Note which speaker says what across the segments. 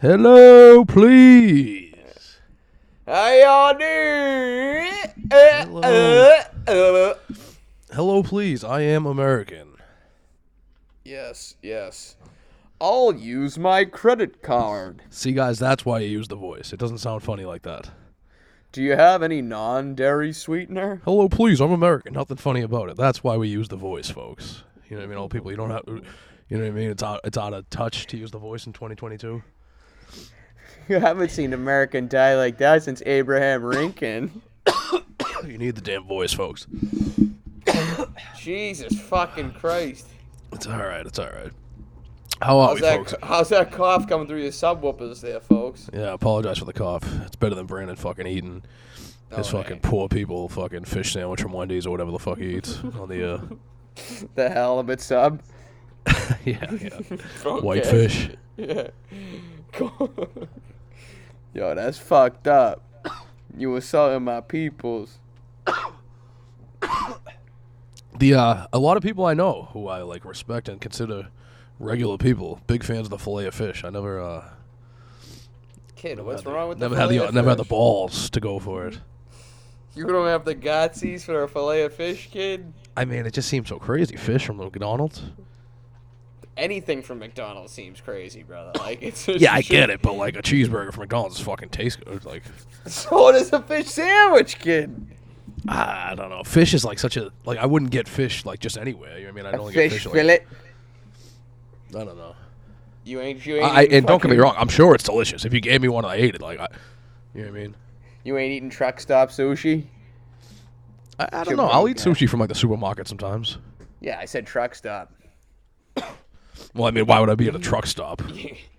Speaker 1: Hello, please.
Speaker 2: How y'all doing? Uh, uh, uh.
Speaker 1: Hello, please. I am American.
Speaker 2: Yes, yes. I'll use my credit card.
Speaker 1: See, guys, that's why you use the voice. It doesn't sound funny like that.
Speaker 2: Do you have any non-dairy sweetener?
Speaker 1: Hello, please. I'm American. Nothing funny about it. That's why we use the voice, folks. You know what I mean? All people, you don't have. You know what I mean? It's out. It's out of touch to use the voice in 2022.
Speaker 2: You haven't seen an American die like that since Abraham Lincoln.
Speaker 1: You need the damn voice, folks.
Speaker 2: Jesus fucking Christ.
Speaker 1: It's all right. It's all right. How are
Speaker 2: How's
Speaker 1: we,
Speaker 2: that,
Speaker 1: folks?
Speaker 2: how's that cough coming through your subwoofers there, folks?
Speaker 1: Yeah, I apologize for the cough. It's better than Brandon fucking eating his
Speaker 2: All right.
Speaker 1: fucking poor people fucking fish sandwich from Wendy's or whatever the fuck he eats on the uh,
Speaker 2: The halibut sub.
Speaker 1: yeah, yeah.
Speaker 2: Okay.
Speaker 1: whitefish.
Speaker 2: Yeah. Yo, that's fucked up. You assaulting my peoples.
Speaker 1: The uh, a lot of people I know who I like respect and consider regular people, big fans of the fillet of fish. I never uh,
Speaker 2: Kid, what's wrong with
Speaker 1: never
Speaker 2: the
Speaker 1: had the
Speaker 2: fillet of
Speaker 1: never had the
Speaker 2: fish?
Speaker 1: balls to go for it.
Speaker 2: You don't have the gotsies for a fillet of fish, kid.
Speaker 1: I mean, it just seems so crazy. Fish from McDonald's.
Speaker 2: Anything from McDonald's seems crazy, brother. Like it's just
Speaker 1: Yeah, I get it, but like a cheeseburger from McDonald's fucking tastes good. Like
Speaker 2: So does a fish sandwich, kid.
Speaker 1: I don't know, fish is like such a like I wouldn't get fish like just anywhere. You know what I mean? I don't get
Speaker 2: fish
Speaker 1: fish
Speaker 2: fillet.
Speaker 1: Like, I don't know.
Speaker 2: You ain't you ain't.
Speaker 1: I, I-
Speaker 2: eating
Speaker 1: and don't get me
Speaker 2: fucking-
Speaker 1: wrong, I'm sure it's delicious. If you gave me one, I ate it. Like, I, you know what I mean?
Speaker 2: You ain't eating truck stop sushi.
Speaker 1: I, I don't
Speaker 2: Shouldn't
Speaker 1: know. I'll eat
Speaker 2: think that.
Speaker 1: sushi from like the supermarket sometimes.
Speaker 2: Yeah, I said truck stop.
Speaker 1: Well, I mean, why would I be at a truck stop?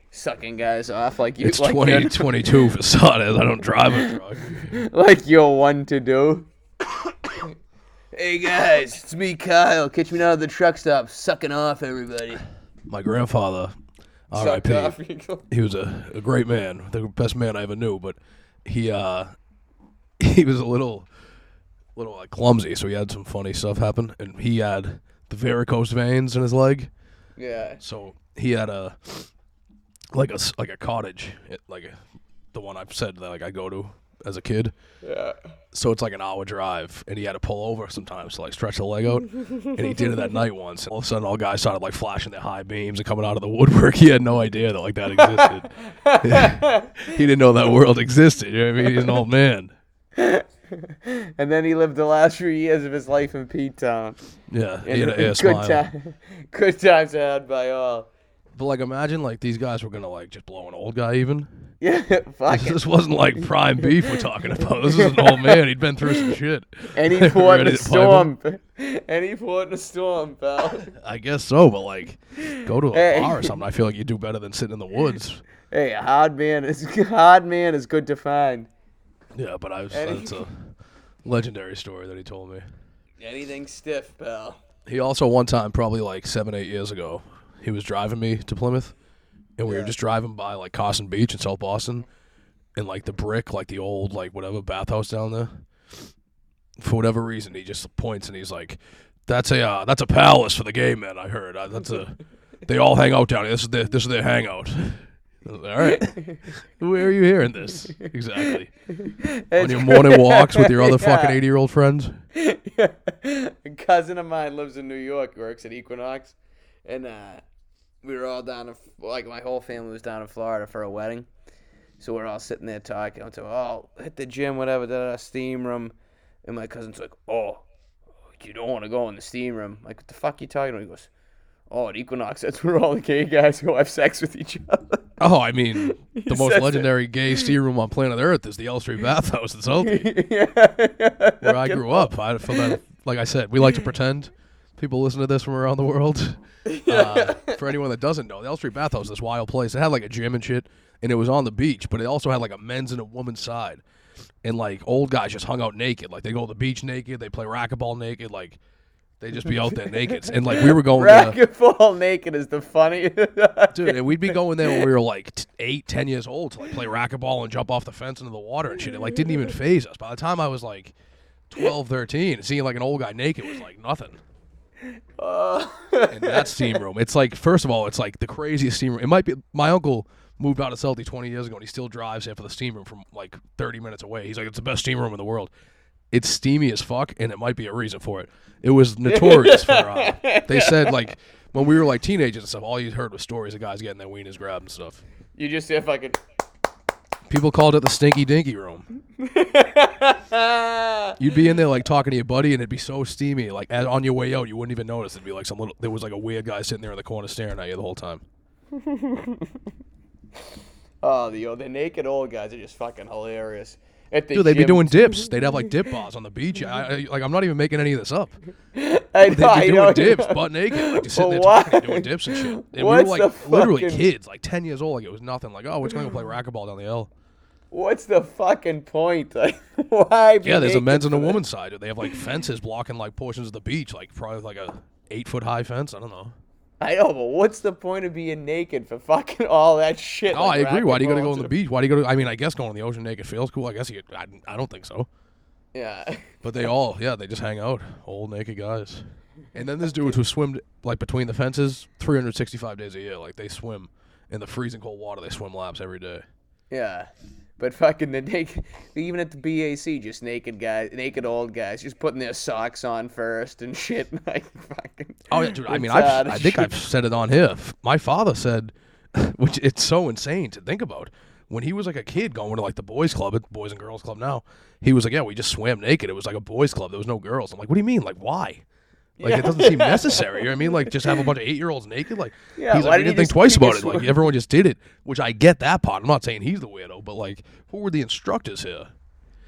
Speaker 2: Sucking guys off like you
Speaker 1: It's
Speaker 2: like,
Speaker 1: twenty twenty two 2022 for starters. I don't drive a truck.
Speaker 2: you're, like you're one to do. hey guys, it's me, Kyle. Catch me down at the truck stop, sucking off everybody.
Speaker 1: My grandfather,
Speaker 2: Sucked off.
Speaker 1: R.I.P. He was a, a great man, the best man I ever knew. But he uh, he was a little little uh, clumsy, so he had some funny stuff happen. And he had the varicose veins in his leg.
Speaker 2: yeah.
Speaker 1: So he had a like a s- like a cottage, it, like a, the one I've said that like I go to as a kid.
Speaker 2: Yeah.
Speaker 1: So it's like an hour drive, and he had to pull over sometimes to like stretch the leg out. and he did it that night once. And all of a sudden, all guys started like flashing their high beams and coming out of the woodwork. He had no idea that like that existed. he didn't know that world existed. You know what I mean? He's an old man.
Speaker 2: And then he lived the last few years of his life in P Town.
Speaker 1: Yeah, he had a, he had a
Speaker 2: good
Speaker 1: smile.
Speaker 2: time, good times had by all.
Speaker 1: But like, imagine like these guys were gonna like just blow an old guy even.
Speaker 2: Yeah, fuck it.
Speaker 1: This wasn't like prime beef we're talking about. This is an old man. He'd been through some shit.
Speaker 2: Any port in
Speaker 1: Ready
Speaker 2: a
Speaker 1: to play with
Speaker 2: storm, any port in a storm, pal.
Speaker 1: I guess so, but like, go to a
Speaker 2: Hey.
Speaker 1: bar or something. I feel like you do better than sitting in the woods.
Speaker 2: hey, a hard man is hard man is good to find.
Speaker 1: Yeah, but I was,
Speaker 2: Eddie.
Speaker 1: that's a legendary story that he told me.
Speaker 2: Anything stiff, pal.
Speaker 1: He also one time, probably like seven, eight years ago, he was driving me to Plymouth, and we were
Speaker 2: Yeah.
Speaker 1: just driving by like Carson Beach in South Boston, and like the brick, like the old, like whatever bathhouse down there. For whatever reason, he just points and he's like, "That's a uh, that's a palace for the gay men." I heard uh, that's a they all hang out down here. This is their this is their hangout. I was like, All right, where are you hearing this exactly? On
Speaker 2: It's
Speaker 1: your morning walks with your other
Speaker 2: Yeah.
Speaker 1: fucking eighty year old friends.
Speaker 2: a cousin of mine lives in New York, works at Equinox, and uh, we were all down in like my whole family was down in Florida for a wedding, so we're all sitting there talking. I'm talking, oh, hit the gym, whatever, da da da, steam room, and my cousin's like, oh, you don't want to go in the steam room. Like, what the fuck you talking about? He goes, oh, at Equinox, that's where all the gay guys go have sex with each other.
Speaker 1: Oh, I mean, the
Speaker 2: says
Speaker 1: most
Speaker 2: it.
Speaker 1: legendary gay steam room on planet Earth is the Elstree Bathhouse in Southie,
Speaker 2: yeah.
Speaker 1: where I grew up. I feel that, like I said, we like to pretend people listen to this from around the world. Uh, for anyone that doesn't know, the Elstree Bathhouse is this wild place. It had like a gym and shit, and it was on the beach, but it also had like a men's and a woman's side. And like old guys just hung out naked. Like they go to the beach naked, they play racquetball naked, like they just be out there naked. And like we were going to-
Speaker 2: Racquetball naked is the funniest.
Speaker 1: dude. And we'd be going there when we were like t- eight, ten years old to like play racquetball and jump off the fence into the water and shit. It like didn't even phase us. By the time I was like 12, 13, seeing like an old guy naked was like nothing.
Speaker 2: Oh.
Speaker 1: And that steam room, it's like first of all, it's like the craziest steam room. It might be my uncle moved out of Celtic 20 years ago, and he still drives here for the steam room from like 30 minutes away. He's like, it's the best steam room in the world. It's steamy as fuck, and it might be a reason for it. It was notorious for. Uh, they said like when we were like teenagers and stuff, all you heard was stories of guys getting their wieners grabbed and stuff.
Speaker 2: You just see if I could.
Speaker 1: People called it the stinky dinky room. You'd be in there like talking to your buddy, and it'd be so steamy. Like as, on your way out, you wouldn't even notice. It'd be like some little. There was like a weird guy sitting there in the corner staring at you the whole time.
Speaker 2: oh, the old, the naked old guys are just fucking hilarious. At the
Speaker 1: Dude, they'd be
Speaker 2: gym-
Speaker 1: doing dips. They'd have like dip bars on the beach. I, I, like I'm not even making any of this up.
Speaker 2: I
Speaker 1: They'd
Speaker 2: know, I
Speaker 1: be
Speaker 2: know,
Speaker 1: doing dips,
Speaker 2: you know.
Speaker 1: butt naked, like just sitting
Speaker 2: But
Speaker 1: there talking,
Speaker 2: why?
Speaker 1: doing dips and shit. And we were
Speaker 2: What's
Speaker 1: like
Speaker 2: the
Speaker 1: literally
Speaker 2: fucking-
Speaker 1: kids, like ten years old. Like it was nothing. Like oh, we're just gonna go play racquetball down the L.
Speaker 2: What's the fucking point? Like, why? be
Speaker 1: Yeah, there's a
Speaker 2: naked
Speaker 1: men's and a
Speaker 2: for that?
Speaker 1: woman's side. They have like fences blocking like portions of the beach, like probably like a eight foot high fence. I don't know.
Speaker 2: I know, but what's the point of being naked for fucking all that shit?
Speaker 1: Oh, I agree. Why do you gotta go on the beach? Why do you go to? I mean, I guess going on the ocean naked feels cool. I guess you. I, I don't think so.
Speaker 2: Yeah.
Speaker 1: But they all, yeah, they just hang out, old naked guys. And then there's dudes who swim like between the fences 365 days a year. Like they swim in the freezing cold water. They swim laps every day.
Speaker 2: Yeah. But fucking the naked, even at the BAC, just naked guys, naked old guys, just putting their socks on first and shit. Like fucking.
Speaker 1: Oh yeah, dude. I mean,
Speaker 2: It's, uh,
Speaker 1: I've,
Speaker 2: the
Speaker 1: I think
Speaker 2: shit-
Speaker 1: I've said it on here. F- My father said, which it's so insane to think about. When he was like a kid going to like the boys club, it's boys and girls club now. He was like, yeah, we just swam naked. It was like a boys club. There was no girls. I'm like, what do you mean? Like why? Like it doesn't seem necessary. You know what I mean, like just have a bunch of eight year olds naked. Like
Speaker 2: Yeah,
Speaker 1: he's
Speaker 2: why
Speaker 1: like, we
Speaker 2: didn't you
Speaker 1: didn't think
Speaker 2: just-
Speaker 1: twice
Speaker 2: you
Speaker 1: about
Speaker 2: just
Speaker 1: it. Like
Speaker 2: swim?
Speaker 1: everyone just did it, which I get that part. I'm not saying he's the weirdo, but like, who were the instructors here?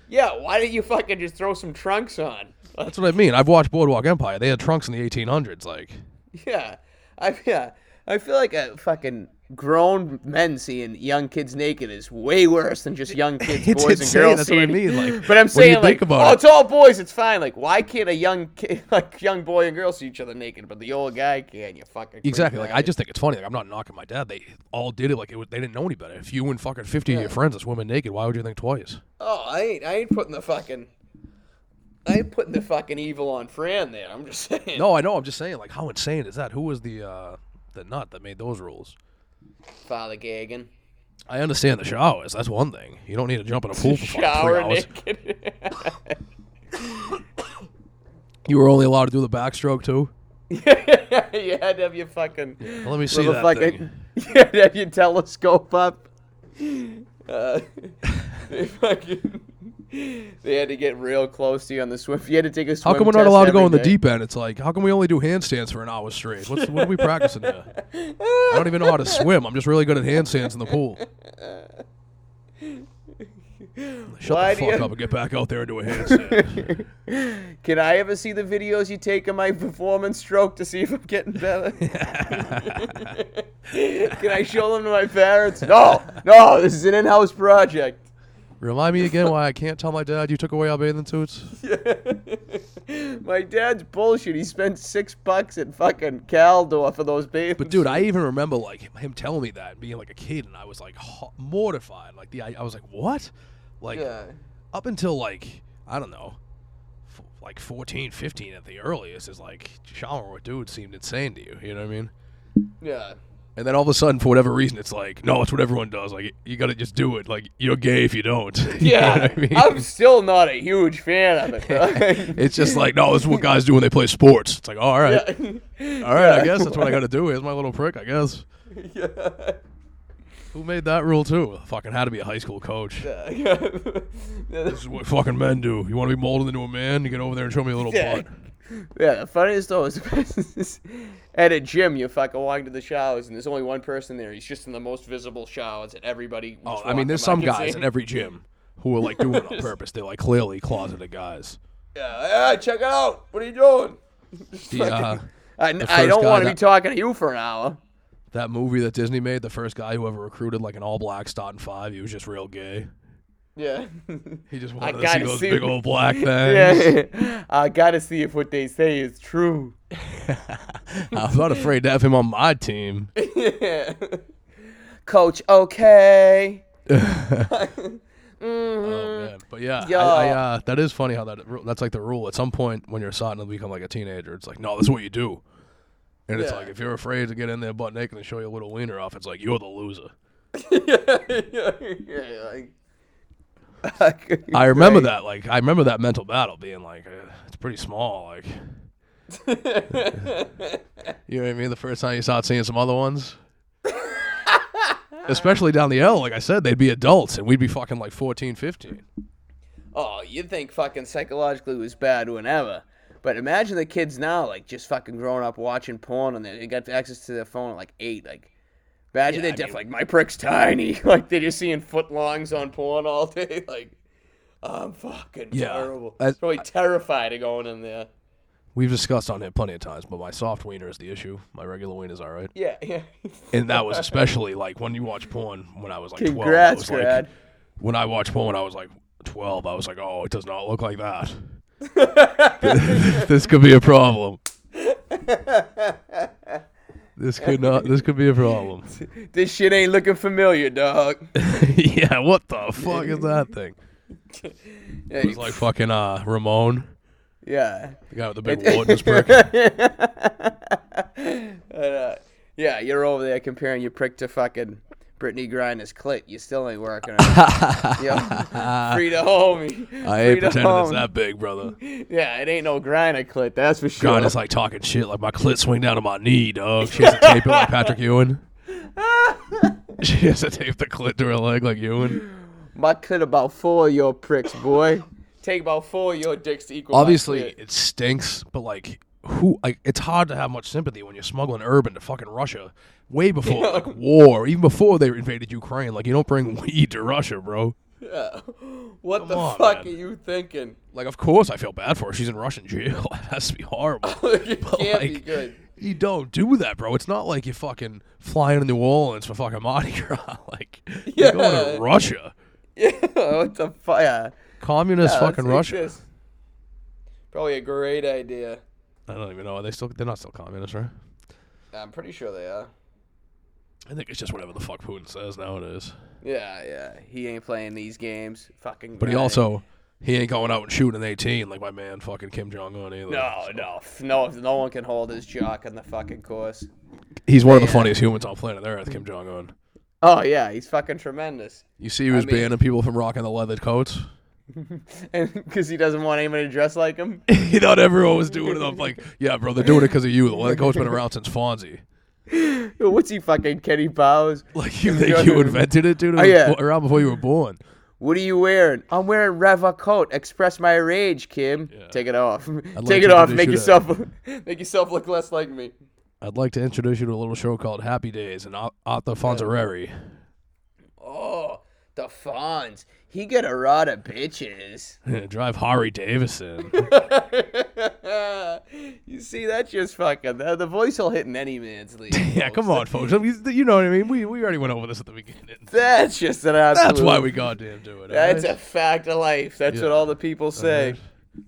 Speaker 2: Yeah, why didn't you fucking just throw some trunks on? Like,
Speaker 1: That's what I mean. I've watched Boardwalk Empire. They had trunks in the 1800s. Like,
Speaker 2: yeah, I yeah, I feel like a fucking grown men seeing young kids naked is way worse than just young kids,
Speaker 1: It's
Speaker 2: boys
Speaker 1: insane,
Speaker 2: and girls.
Speaker 1: that's what I
Speaker 2: seeing-
Speaker 1: mean, like,
Speaker 2: but I'm
Speaker 1: when you
Speaker 2: saying
Speaker 1: think
Speaker 2: like,
Speaker 1: about
Speaker 2: oh,
Speaker 1: it-
Speaker 2: it's all boys, it's fine. Like, why can't a young kid, like young boy and girl, see each other naked, but the old guy can? You fucking creep
Speaker 1: Exactly. Like I
Speaker 2: bastard.
Speaker 1: just think it's funny. Like I'm not knocking my dad. They all did it. Like it was, they didn't know any better. If you and fucking fifty of your friends are swimming naked, why would you think twice?
Speaker 2: Oh, I ain't, I ain't putting the fucking, I ain't putting the fucking evil on Fran there. I'm just saying.
Speaker 1: No, I know. I'm just saying. Like how insane is that? Who was the uh, the nut that made those rules?
Speaker 2: Father Gagan.
Speaker 1: I understand the showers. That's one thing. You don't need to jump in a pool for fucking three
Speaker 2: Shower
Speaker 1: hours.
Speaker 2: naked.
Speaker 1: You were only allowed to do the backstroke too.
Speaker 2: you had to have your fucking.
Speaker 1: Well, let me see
Speaker 2: little
Speaker 1: that
Speaker 2: fucking.
Speaker 1: thing.
Speaker 2: You had to have your telescope up. Uh, they fucking. They had to get real close to you on the swim. You had to take a swim.
Speaker 1: How come we're not allowed to go in the
Speaker 2: deep?
Speaker 1: deep end? It's like how come we only do handstands for an hour straight? What's what are we practicing here? I don't even know how to swim. I'm just really good at handstands in the pool. Shut
Speaker 2: Why
Speaker 1: the
Speaker 2: do
Speaker 1: fuck
Speaker 2: you-
Speaker 1: up and get back out there and do a handstand.
Speaker 2: Can I ever see the videos you take of my performance stroke to see if I'm getting better? Can I show them to my parents? No, no, this is an in-house project.
Speaker 1: Remind me again why I can't tell my dad you took away our bathing suits.
Speaker 2: My dad's bullshit. He spent six bucks at fucking Caldor for those babies.
Speaker 1: But dude, I even remember like him- him telling me that being like a kid, and I was like ho- mortified. Like the I, I was like, what? Like
Speaker 2: yeah,
Speaker 1: up until like I don't know, f- like 14, 15 at the earliest is like showering with dudes seemed insane to you. You know what I mean?
Speaker 2: yeah.
Speaker 1: And then all of a sudden, for whatever reason, it's like no, it's what everyone does. Like you gotta just do it. Like you're gay if you don't. You know
Speaker 2: Yeah,
Speaker 1: what I mean?
Speaker 2: I'm still not a huge fan of it. though.
Speaker 1: it's just like no, this is what guys do when they play sports. It's like all right, all right, I guess that's what I gotta do. Here's my little prick, I guess.
Speaker 2: Yeah.
Speaker 1: Who made that rule too? Fucking had to be a high school coach.
Speaker 2: Yeah.
Speaker 1: This is what fucking men do. You want to be molded into a man? You get over there and show me a little
Speaker 2: Yeah.
Speaker 1: butt.
Speaker 2: Yeah, the funniest though is at a gym, you fucking walk into the showers and there's only one person there. He's just in the most visible showers and everybody.
Speaker 1: Oh, I mean, there's some guys in every gym who are like doing it on purpose. They're like clearly closeted guys.
Speaker 2: Yeah, hey, check it out. What are you doing?
Speaker 1: The, uh,
Speaker 2: I,
Speaker 1: The
Speaker 2: I
Speaker 1: first
Speaker 2: don't
Speaker 1: guy
Speaker 2: want to be
Speaker 1: that-
Speaker 2: talking to you for an hour.
Speaker 1: that movie that Disney made, the first guy who ever recruited like an all black starting five, he was just real gay.
Speaker 2: Yeah.
Speaker 1: He just wanted to see
Speaker 2: gotta
Speaker 1: those
Speaker 2: see-
Speaker 1: big old black things.
Speaker 2: yeah. I gotta see if what they say is true.
Speaker 1: I'm not afraid to have him on my team.
Speaker 2: yeah. Coach, okay.
Speaker 1: Oh man, but yeah, I,
Speaker 2: Mm. Yo.
Speaker 1: I, uh, that is funny how that ru- that's like the rule. At some point, when you're a sophomore, and become like a teenager, it's like, no, this is what you do. And it's
Speaker 2: Yeah.
Speaker 1: like if you're afraid to get in there butt naked and show your little wiener off, it's like you're the loser.
Speaker 2: like,
Speaker 1: I remember that. Like, I remember that mental battle being like, uh, it's pretty small. Like,
Speaker 2: that.
Speaker 1: you know what I mean? The first time you start seeing some other ones, especially down the L, like I said, they'd be adults and we'd be fucking like 14, 15.
Speaker 2: oh, you'd think fucking psychologically was bad whenever. But imagine the kids now, like just fucking growing up watching porn and they they got access to their phone at like eight. Like, imagine
Speaker 1: Yeah,
Speaker 2: they're
Speaker 1: I
Speaker 2: deaf, like, my prick's tiny. like, they're just seeing footlongs on porn all day. Like, I'm fucking
Speaker 1: Yeah,
Speaker 2: terrible.
Speaker 1: I-
Speaker 2: It's probably terrified of going in there.
Speaker 1: We've discussed on here plenty of times, but my soft wiener is the issue. My regular wiener's all right.
Speaker 2: Yeah, yeah.
Speaker 1: And that was especially like when you watch porn when I was like 12. I
Speaker 2: Congrats,
Speaker 1: was like-
Speaker 2: Brad.
Speaker 1: when I watched porn when I was like 12, I was like, oh, it does not look like that. this could be a problem. This could not. This could be a problem.
Speaker 2: This shit ain't looking familiar, dog.
Speaker 1: yeah, what the fuck is that thing?
Speaker 2: Yeah.
Speaker 1: It's like fucking uh, Ramon,
Speaker 2: yeah.
Speaker 1: the guy with the big wart in his prick.
Speaker 2: And, uh, yeah, you're over there comparing your prick to fucking Brittany Griner's clit. You still ain't working on it. Yo, free to
Speaker 1: I
Speaker 2: homie.
Speaker 1: ain't
Speaker 2: free to
Speaker 1: pretending it's
Speaker 2: home.
Speaker 1: that big, brother.
Speaker 2: Yeah, it ain't no Griner clit, that's for sure.
Speaker 1: God, it's like talking shit. Like my clit swing down to my knee, dog. She has to tape it like Patrick Ewan. she has to tape the clit to her leg like Ewan.
Speaker 2: my clit about four of your pricks, boy. Take about four of your dicks to equal my
Speaker 1: Obviously,
Speaker 2: clit.
Speaker 1: it stinks, but like, who? Like, it's hard to have much sympathy when you're smuggling urban to fucking Russia. Way before like, war, even before they invaded Ukraine. Like, you don't bring weed to Russia, bro.
Speaker 2: Yeah. What the
Speaker 1: on,
Speaker 2: fuck
Speaker 1: man.
Speaker 2: are you thinking?
Speaker 1: Like, of course, I feel bad for her. She's in Russian jail. that has to be horrible.
Speaker 2: it can't be
Speaker 1: like,
Speaker 2: good.
Speaker 1: You don't do that, bro. It's not like you're fucking flying to New Orleans for fucking Mardi Gras. Like, you're going
Speaker 2: Yeah.
Speaker 1: to Russia.
Speaker 2: Yeah, what the fuck? Yeah.
Speaker 1: Communist
Speaker 2: Yeah,
Speaker 1: fucking
Speaker 2: let's make
Speaker 1: Russia.
Speaker 2: this. Probably a great idea.
Speaker 1: I don't even know. Are they still? They're not still communist, right?
Speaker 2: I'm pretty sure they are.
Speaker 1: I think it's just whatever the fuck Putin says nowadays.
Speaker 2: Yeah, yeah. He ain't playing these games. Fucking.
Speaker 1: But he
Speaker 2: guy.
Speaker 1: also he ain't going out and shooting an 18 like my man fucking Kim Jong Un either.
Speaker 2: No, no, f- no. No one can hold his jock on the fucking course.
Speaker 1: He's one of the funniest humans on planet Earth, Kim Jong Un.
Speaker 2: Oh yeah, he's fucking tremendous,
Speaker 1: You see, he was
Speaker 2: mean-
Speaker 1: banning people from rocking the leather coats.
Speaker 2: and because he doesn't want anybody to dress like him.
Speaker 1: he thought everyone was doing it. I'm like, yeah, bro, they're doing it because of you. The leather coat's been around since Fonzie.
Speaker 2: What's he fucking Kenny Powers?
Speaker 1: Like you think you invented it, dude? It
Speaker 2: Oh,
Speaker 1: was
Speaker 2: yeah.
Speaker 1: bo- around before you were born.
Speaker 2: What are you wearing? I'm wearing Reva coat. Express my rage, Kim. Take it off. Take
Speaker 1: you
Speaker 2: it
Speaker 1: to
Speaker 2: off.
Speaker 1: do
Speaker 2: Make
Speaker 1: shoot
Speaker 2: yourself make yourself look less like me.
Speaker 1: I'd like to introduce you to a little show called Happy Days and Ar- Arthur Fonzarelli.
Speaker 2: Oh, the Fonz. He get a lot of bitches.
Speaker 1: Drive Harry Davison.
Speaker 2: you see, that's just fucking the, the voice will hit in any man's league.
Speaker 1: yeah, come on, folks. I mean, you know what I mean. We we already went over this at the beginning.
Speaker 2: That's just an absolute.
Speaker 1: That's why we goddamn do it.
Speaker 2: That's
Speaker 1: alright?
Speaker 2: a fact of life. That's what
Speaker 1: Yeah. Uh-huh.
Speaker 2: all the people say.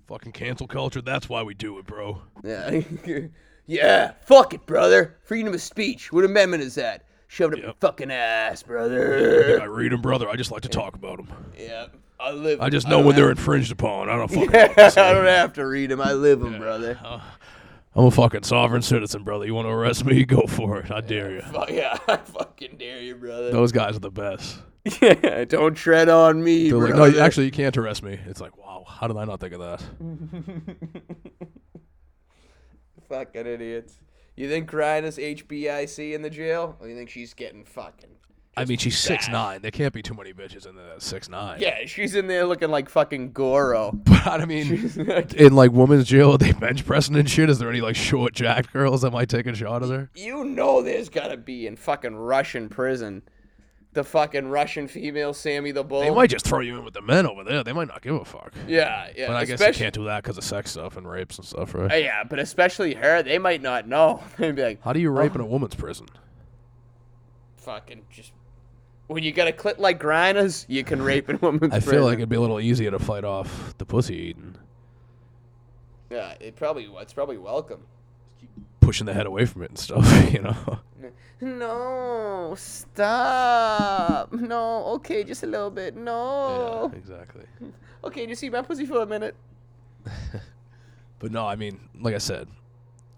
Speaker 1: Fucking cancel culture. That's why we do it, bro.
Speaker 2: Yeah. yeah. Fuck it, brother. Freedom of speech. What amendment is that? Shove it up your fucking ass, brother.
Speaker 1: I read them, brother. I just like to talk about them.
Speaker 2: Yeah. I live.
Speaker 1: I just know
Speaker 2: don't
Speaker 1: when they're
Speaker 2: have-
Speaker 1: infringed upon. I don't fucking.
Speaker 2: I don't have to read them. I live them, brother.
Speaker 1: Uh-huh. I'm a fucking sovereign citizen, brother. You want to arrest me? Go for it. I dare you.
Speaker 2: Fuck yeah, I fucking dare you, brother.
Speaker 1: Those guys are the best.
Speaker 2: Yeah, don't tread on me,
Speaker 1: They're like,
Speaker 2: brother.
Speaker 1: no, you, actually, you can't arrest me. It's like, wow, how did I not think of that?
Speaker 2: fucking idiots. You think Ryan HBIC in the jail, or you think she's getting fucking?
Speaker 1: I mean, she's six nine. There can't be too many bitches in there that's six nine.
Speaker 2: Yeah, she's in there looking like fucking Goro.
Speaker 1: But I mean, in like women's jail, are they bench pressing and shit. Is there any like short jacked girls that might take a shot at her?
Speaker 2: you know, there's gotta be in fucking Russian prison. The fucking Russian female Sammy the Bull.
Speaker 1: They might just throw you in with the men over there. They might not give a fuck.
Speaker 2: yeah, yeah.
Speaker 1: But I guess you
Speaker 2: especially-
Speaker 1: can't do that because of sex stuff and rapes and stuff, right?
Speaker 2: Uh, Yeah, but especially her, they might not know. They'd be like,
Speaker 1: How do you rape
Speaker 2: Oh.
Speaker 1: in a woman's prison?
Speaker 2: fucking just. When you got a clit like grinders, you can rape a woman's
Speaker 1: I feel
Speaker 2: prison.
Speaker 1: like it'd be a little easier to fight off the pussy eating,
Speaker 2: Yeah, it probably it's probably welcome.
Speaker 1: pushing the head away from it and stuff. You know,
Speaker 2: No, stop. No, okay, just a little bit. No. Oh.
Speaker 1: yeah, exactly.
Speaker 2: Okay, just see my pussy for a minute.
Speaker 1: But no, I mean, like I said,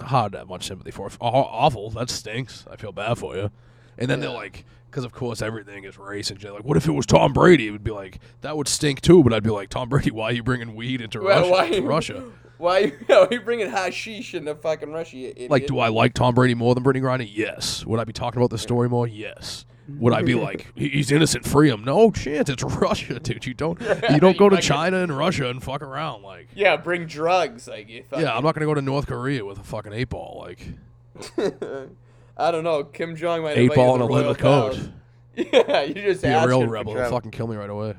Speaker 1: hard to have much sympathy for. Aw- Awful. That stinks. I feel bad for you. And then they're like, because of course everything is race and shit. Like, what if it was Tom Brady? It would be like that would stink too. But I'd be like, Tom Brady, why are you bringing weed into
Speaker 2: Why-
Speaker 1: Russia?
Speaker 2: why-
Speaker 1: It's Russia.
Speaker 2: Why are you, why are you bringing hashish into fucking Russia, you idiot?
Speaker 1: Like, do I like Tom Brady more than Brittany Griner? Yes. Would I be talking about this story more? Yes. Would I be like, "He- he's innocent, free him? No chance. It's Russia, dude. You don't, you don't go to
Speaker 2: Fucking-
Speaker 1: China and Russia and fuck around. Like,
Speaker 2: yeah, bring drugs. Like, you fucking,
Speaker 1: yeah, I'm not gonna go to North Korea with a fucking eight ball. Like,
Speaker 2: I don't know. Kim Jong might
Speaker 1: eight
Speaker 2: invite
Speaker 1: ball and
Speaker 2: you to
Speaker 1: a
Speaker 2: the
Speaker 1: leather
Speaker 2: Royal
Speaker 1: coat.
Speaker 2: Palace. Yeah, you just
Speaker 1: Be
Speaker 2: ask
Speaker 1: a real
Speaker 2: her for
Speaker 1: rebel. They'll
Speaker 2: trouble.
Speaker 1: fucking kill me right away.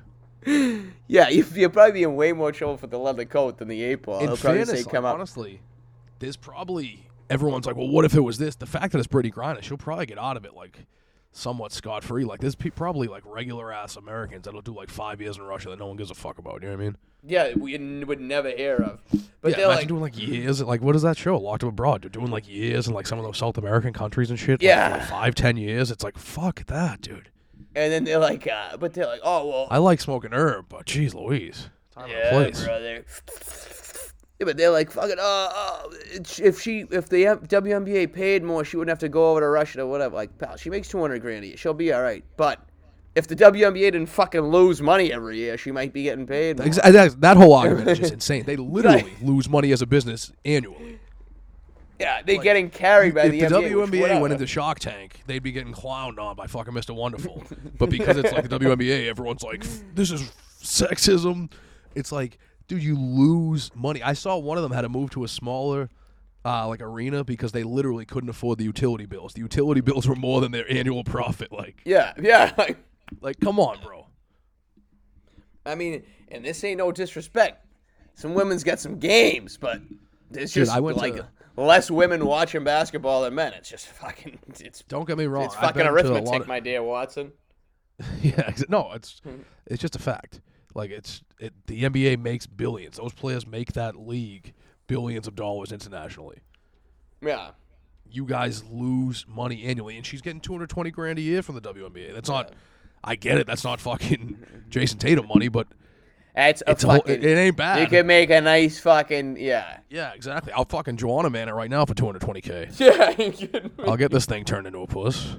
Speaker 2: Yeah, you, you're probably be in way more trouble for the leather coat than the eight ball.
Speaker 1: in
Speaker 2: Oh, They'll probably
Speaker 1: fairness,
Speaker 2: say,
Speaker 1: like,
Speaker 2: "Come out."
Speaker 1: honestly, there's probably everyone's like, well, what if it was this? The fact that it's Brittany Griner, she'll probably get out of it like somewhat scot free. Like there's pe- probably like regular ass Americans that'll do like five years in Russia that no one gives a fuck about. You know what I mean?
Speaker 2: Yeah, we n- would never hear of. But
Speaker 1: yeah,
Speaker 2: they're
Speaker 1: imagine
Speaker 2: like,
Speaker 1: doing like years. Like what is that show? Locked up abroad. They're doing like years in like some of those South American countries and shit. like, for,
Speaker 2: Yeah.
Speaker 1: like, five ten years. It's like fuck that, dude.
Speaker 2: and then they're like, uh, but they're like, "Oh well,
Speaker 1: I like smoking herb, but geez, Louise, time
Speaker 2: Yeah,
Speaker 1: and place.
Speaker 2: brother. Yeah, but they're like fucking. Uh, uh, it's- if she, if the M- WNBA paid more, she wouldn't have to go over to Russia or whatever. Like, pal, she makes two hundred grand a year. She'll be all right. But if the WNBA didn't fucking lose money every year, she might be getting paid. more.
Speaker 1: Exa- that, that whole argument is just insane. They literally lose money as a business annually.
Speaker 2: Yeah, they're getting carried by
Speaker 1: if
Speaker 2: the,
Speaker 1: the,
Speaker 2: NBA, which
Speaker 1: WNBA
Speaker 2: whatever.
Speaker 1: went into Shark Tank, they'd be getting clowned on by fucking Mr. Wonderful. but because it's like the WNBA, everyone's like, this is sexism. It's like, dude, you lose money. I saw one of them had to move to a smaller. Uh, like arena because they literally couldn't afford the utility bills. The utility bills were more than their annual profit. Like,
Speaker 2: Yeah, yeah. Like,
Speaker 1: like come on, bro.
Speaker 2: I mean, and this ain't no disrespect. Some women's got some games, but it's just
Speaker 1: I went
Speaker 2: like
Speaker 1: to-
Speaker 2: less women watching basketball than men. It's just fucking. It's
Speaker 1: Don't get me wrong.
Speaker 2: it's
Speaker 1: I've
Speaker 2: fucking
Speaker 1: been to a lot
Speaker 2: arithmetic,
Speaker 1: of-
Speaker 2: my dear Watson.
Speaker 1: Yeah, exa- no, it's it's just a fact. Like it's it, the NBA makes billions. Those players make that league billions of dollars internationally.
Speaker 2: Yeah.
Speaker 1: You guys lose money annually, and she's getting two hundred twenty grand a year from the WNBA. That's not. I get it. That's not fucking Jason Tatum money, but
Speaker 2: That's a
Speaker 1: it's a whole,
Speaker 2: fucking.
Speaker 1: it, it ain't bad.
Speaker 2: you can make a nice fucking yeah.
Speaker 1: yeah, exactly. I'll fucking Joanna man it right now for two hundred twenty k.
Speaker 2: Yeah, you can.
Speaker 1: I'll get this thing turned into a puss,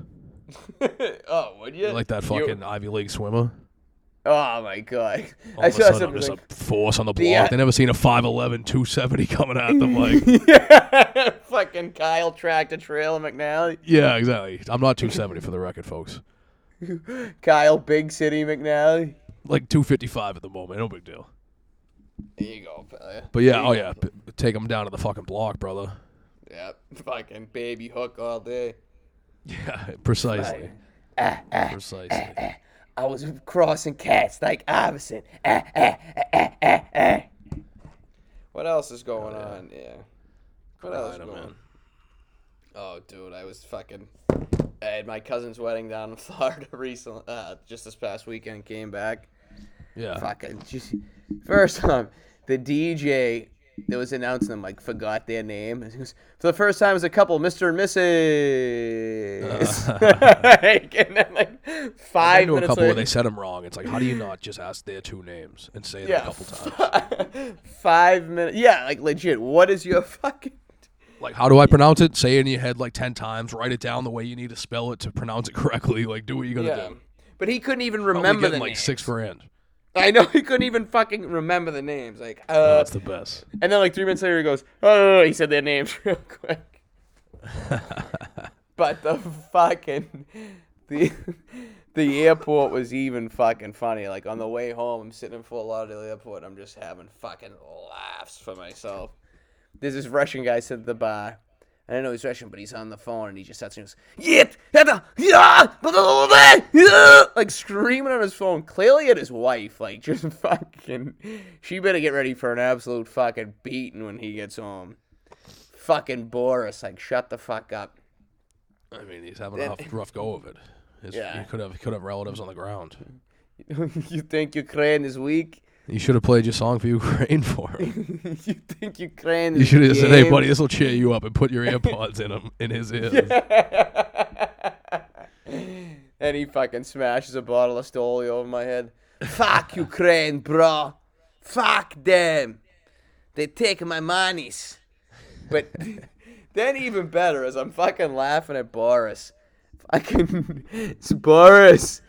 Speaker 2: oh, would you?
Speaker 1: like that fucking Ivy League swimmer.
Speaker 2: Oh my god!
Speaker 1: All
Speaker 2: I
Speaker 1: of a
Speaker 2: saw
Speaker 1: sudden, I'm
Speaker 2: something.
Speaker 1: just
Speaker 2: Like,
Speaker 1: a force on the block.
Speaker 2: The, uh,
Speaker 1: they never seen a 5'11", 270 coming at them like.
Speaker 2: yeah, fucking Kyle tracked a trail McNally.
Speaker 1: Yeah, exactly. I'm not 270 for the record, folks.
Speaker 2: Kyle Big City McNally.
Speaker 1: Like 255 at the moment. No big deal.
Speaker 2: There you go, fella.
Speaker 1: But yeah, oh yeah, p- take them down to the fucking block, brother.
Speaker 2: Yeah, fucking baby hook all day.
Speaker 1: Yeah, precisely. Precisely.
Speaker 2: I was crossing cats like Iverson. Ah, ah, ah, ah, ah, ah. What else is going on? Yeah. What else is
Speaker 1: Right,
Speaker 2: going
Speaker 1: Oh, man.
Speaker 2: on? Oh, dude, I was fucking at my cousin's wedding down in Florida recently, uh, just this past weekend. Came back,
Speaker 1: Yeah.
Speaker 2: fucking just first time the DJ that was announcing them like forgot their name. And he goes, For the first time as a couple, Mister and Mrs. Like, and then like
Speaker 1: Uh-huh. I
Speaker 2: five
Speaker 1: knew a
Speaker 2: minutes
Speaker 1: couple where
Speaker 2: later,
Speaker 1: they said them wrong. It's like, how do you not just ask their two names and say them a
Speaker 2: yeah,
Speaker 1: couple times?
Speaker 2: five minutes, yeah, like legit. What is your fucking?
Speaker 1: Like, how do I pronounce it? Say it in your head like 10 times. Write it down the way you need to spell it to pronounce it correctly. Like, do what you're going to
Speaker 2: Yeah.
Speaker 1: do.
Speaker 2: But he couldn't even
Speaker 1: Probably
Speaker 2: remember the
Speaker 1: getting like
Speaker 2: names.
Speaker 1: six grand.
Speaker 2: I know he couldn't even fucking remember the names. Like, uh,
Speaker 1: That's the best.
Speaker 2: and then like three minutes later he goes, oh, he said their names real quick. but the fucking the the airport was even fucking funny. Like on the way home, I'm sitting in Fort Lauderdale Airport. I'm just having fucking laughs for myself. There's this Russian guy sitting at the bar. I don't know he's Russian, but he's on the phone and he just starts and goes, "Yeah, yeah, yeah, yeah, yeah," like screaming on his phone, clearly at his wife, like just fucking. She better get ready for an absolute fucking beating when he gets home. Fucking Boris, like shut the fuck up.
Speaker 1: I mean, he's having a rough, rough go of it. His,
Speaker 2: Yeah.
Speaker 1: He could have, he could have relatives on the ground.
Speaker 2: you think Ukraine is weak?
Speaker 1: You should have played your song for Ukraine for him.
Speaker 2: you think Ukraine is
Speaker 1: You should have said, "Hey,
Speaker 2: game?"
Speaker 1: buddy, this will cheer you up," and put your AirPods in him in his ears.
Speaker 2: and he fucking smashes a bottle of Stoli over my head. Fuck Ukraine, bro. Fuck them. They take my monies. But then even better is I'm fucking laughing at Boris. fucking it's Boris.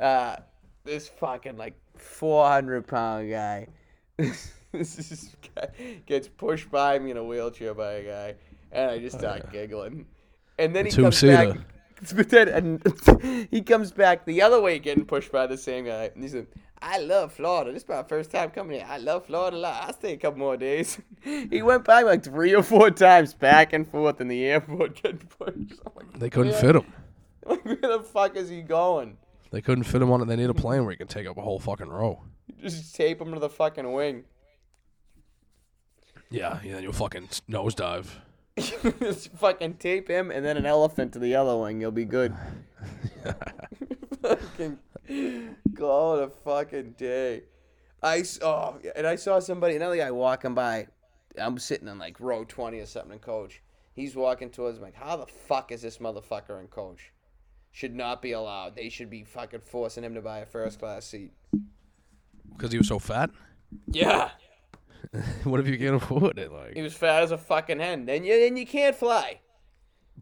Speaker 2: Uh, this fucking like 400 pound guy. this is- guy gets pushed by me in a wheelchair by a guy, and I just start giggling. And then he
Speaker 1: Two
Speaker 2: comes
Speaker 1: seater.
Speaker 2: back. But then and he comes back the other way, getting pushed by the same guy. And he said, "I love Florida. This is my first time coming here. I love Florida a lot. I'll stay a couple more days." he went by like three or four times, back and forth in the airport, getting pushed. I'm like,
Speaker 1: They couldn't
Speaker 2: Yeah.
Speaker 1: fit him.
Speaker 2: like, where the fuck is he going?
Speaker 1: They couldn't fit him on it. They need a plane where you can take up a whole fucking row.
Speaker 2: Just tape him to the fucking wing.
Speaker 1: Yeah, yeah, then you'll fucking s- nosedive.
Speaker 2: Just fucking tape him and then an elephant to the other wing. You'll be good. fucking call it a fucking day. I saw, and I saw somebody, another guy walking by. I'm sitting in like row 20 or something in coach. He's walking towards me. Like, how the fuck is this motherfucker in coach? Should not be allowed. They should be fucking forcing him to buy a first class seat.
Speaker 1: Because he was so fat?
Speaker 2: Yeah.
Speaker 1: what if you can't afford it? Like,
Speaker 2: He was fat as a fucking hen. Then you, then you can't fly.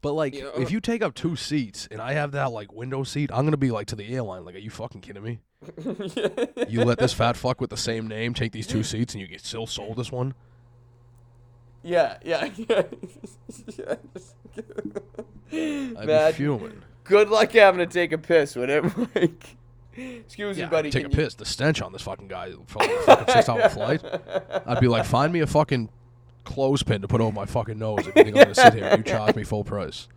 Speaker 1: But like,
Speaker 2: You know?
Speaker 1: if you take up two seats and I have that like window seat, I'm gonna be like to the airline, like, are you fucking kidding me? You let this fat fuck with the same name take these two seats and you get still sold this one?
Speaker 2: Yeah, yeah, yeah. yeah.
Speaker 1: I'd
Speaker 2: Man,
Speaker 1: be fuming.
Speaker 2: good luck having to take a piss with it, Mike. Excuse
Speaker 1: Yeah,
Speaker 2: me, buddy.
Speaker 1: I'd take a
Speaker 2: can
Speaker 1: piss. The stench on this fucking guy for like a fucking six hour flight. I'd be like, find me a fucking clothespin to put over my fucking nose if you think I'm gonna sit here and you charge me full price.